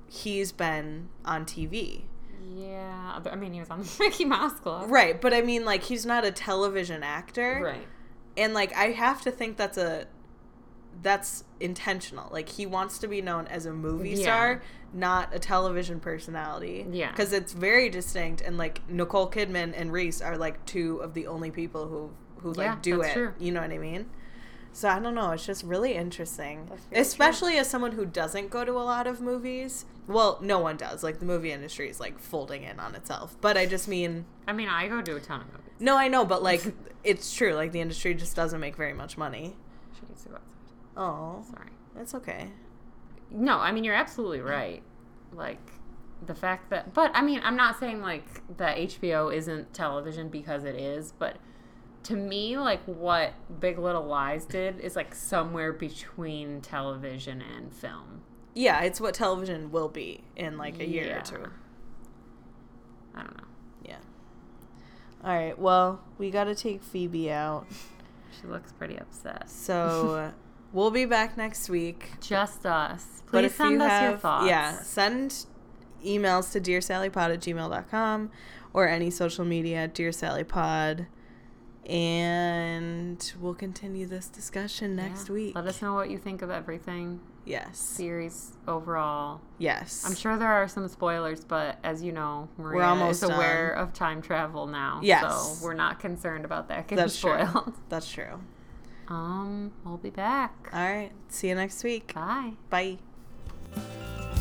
S3: he's been on TV.
S2: yeah, but, I mean he was on [LAUGHS] Mickey Mouse Club.
S3: Right. But I mean, like, he's not a television actor.
S2: Right.
S3: And like, I have to think that's a. That's intentional. Like he wants to be known as a movie
S2: Yeah.
S3: star, not a television personality.
S2: Yeah.
S3: Because it's very distinct and like Nicole Kidman and Reese are like two of the only people who who like
S2: Yeah,
S3: do
S2: that's
S3: it.
S2: true.
S3: You know what I mean? So I don't know, it's just really interesting.
S2: That's very
S3: Especially as someone who doesn't go to a lot of movies. Well, no one does. Like the movie industry is like folding in on itself. But I just mean
S2: I mean, I go do a ton of movies.
S3: no, I know, but like it's true. Like the industry just doesn't make very much money.
S2: She needs to go outside.
S3: Oh,
S2: Sorry.
S3: that's okay.
S2: No, I mean you're absolutely right. Like the fact that, but I mean, I'm not saying like that HBO isn't television because it is, but to me, like what Big Little Lies did is like somewhere between television and film.
S3: Yeah, it's what television will be in like a year
S2: Yeah.
S3: or two.
S2: I don't know.
S3: Yeah. All right. Well, we got to take Phoebe out.
S2: She looks pretty upset.
S3: [LAUGHS] So we'll be back next week.
S2: Just us.
S3: But
S2: Please
S3: if
S2: send
S3: you
S2: us your
S3: have-
S2: thoughts.
S3: Yeah, send emails to dearsallypod at gmail.com or any social media at dearsallypod. And we'll continue this discussion
S2: Yeah.
S3: next week.
S2: Let us know what you think of everything.
S3: Yes.
S2: Series overall.
S3: Yes.
S2: I'm sure there are some spoilers, but as you know, Maria
S3: almost
S2: is aware of time travel now.
S3: Yes.
S2: So we're not concerned about that getting
S3: That's
S2: spoiled. [LAUGHS]
S3: true. That's true.
S2: Um, we'll be back.
S3: Uh, All right. See you next week.
S2: Bye.
S3: Bye.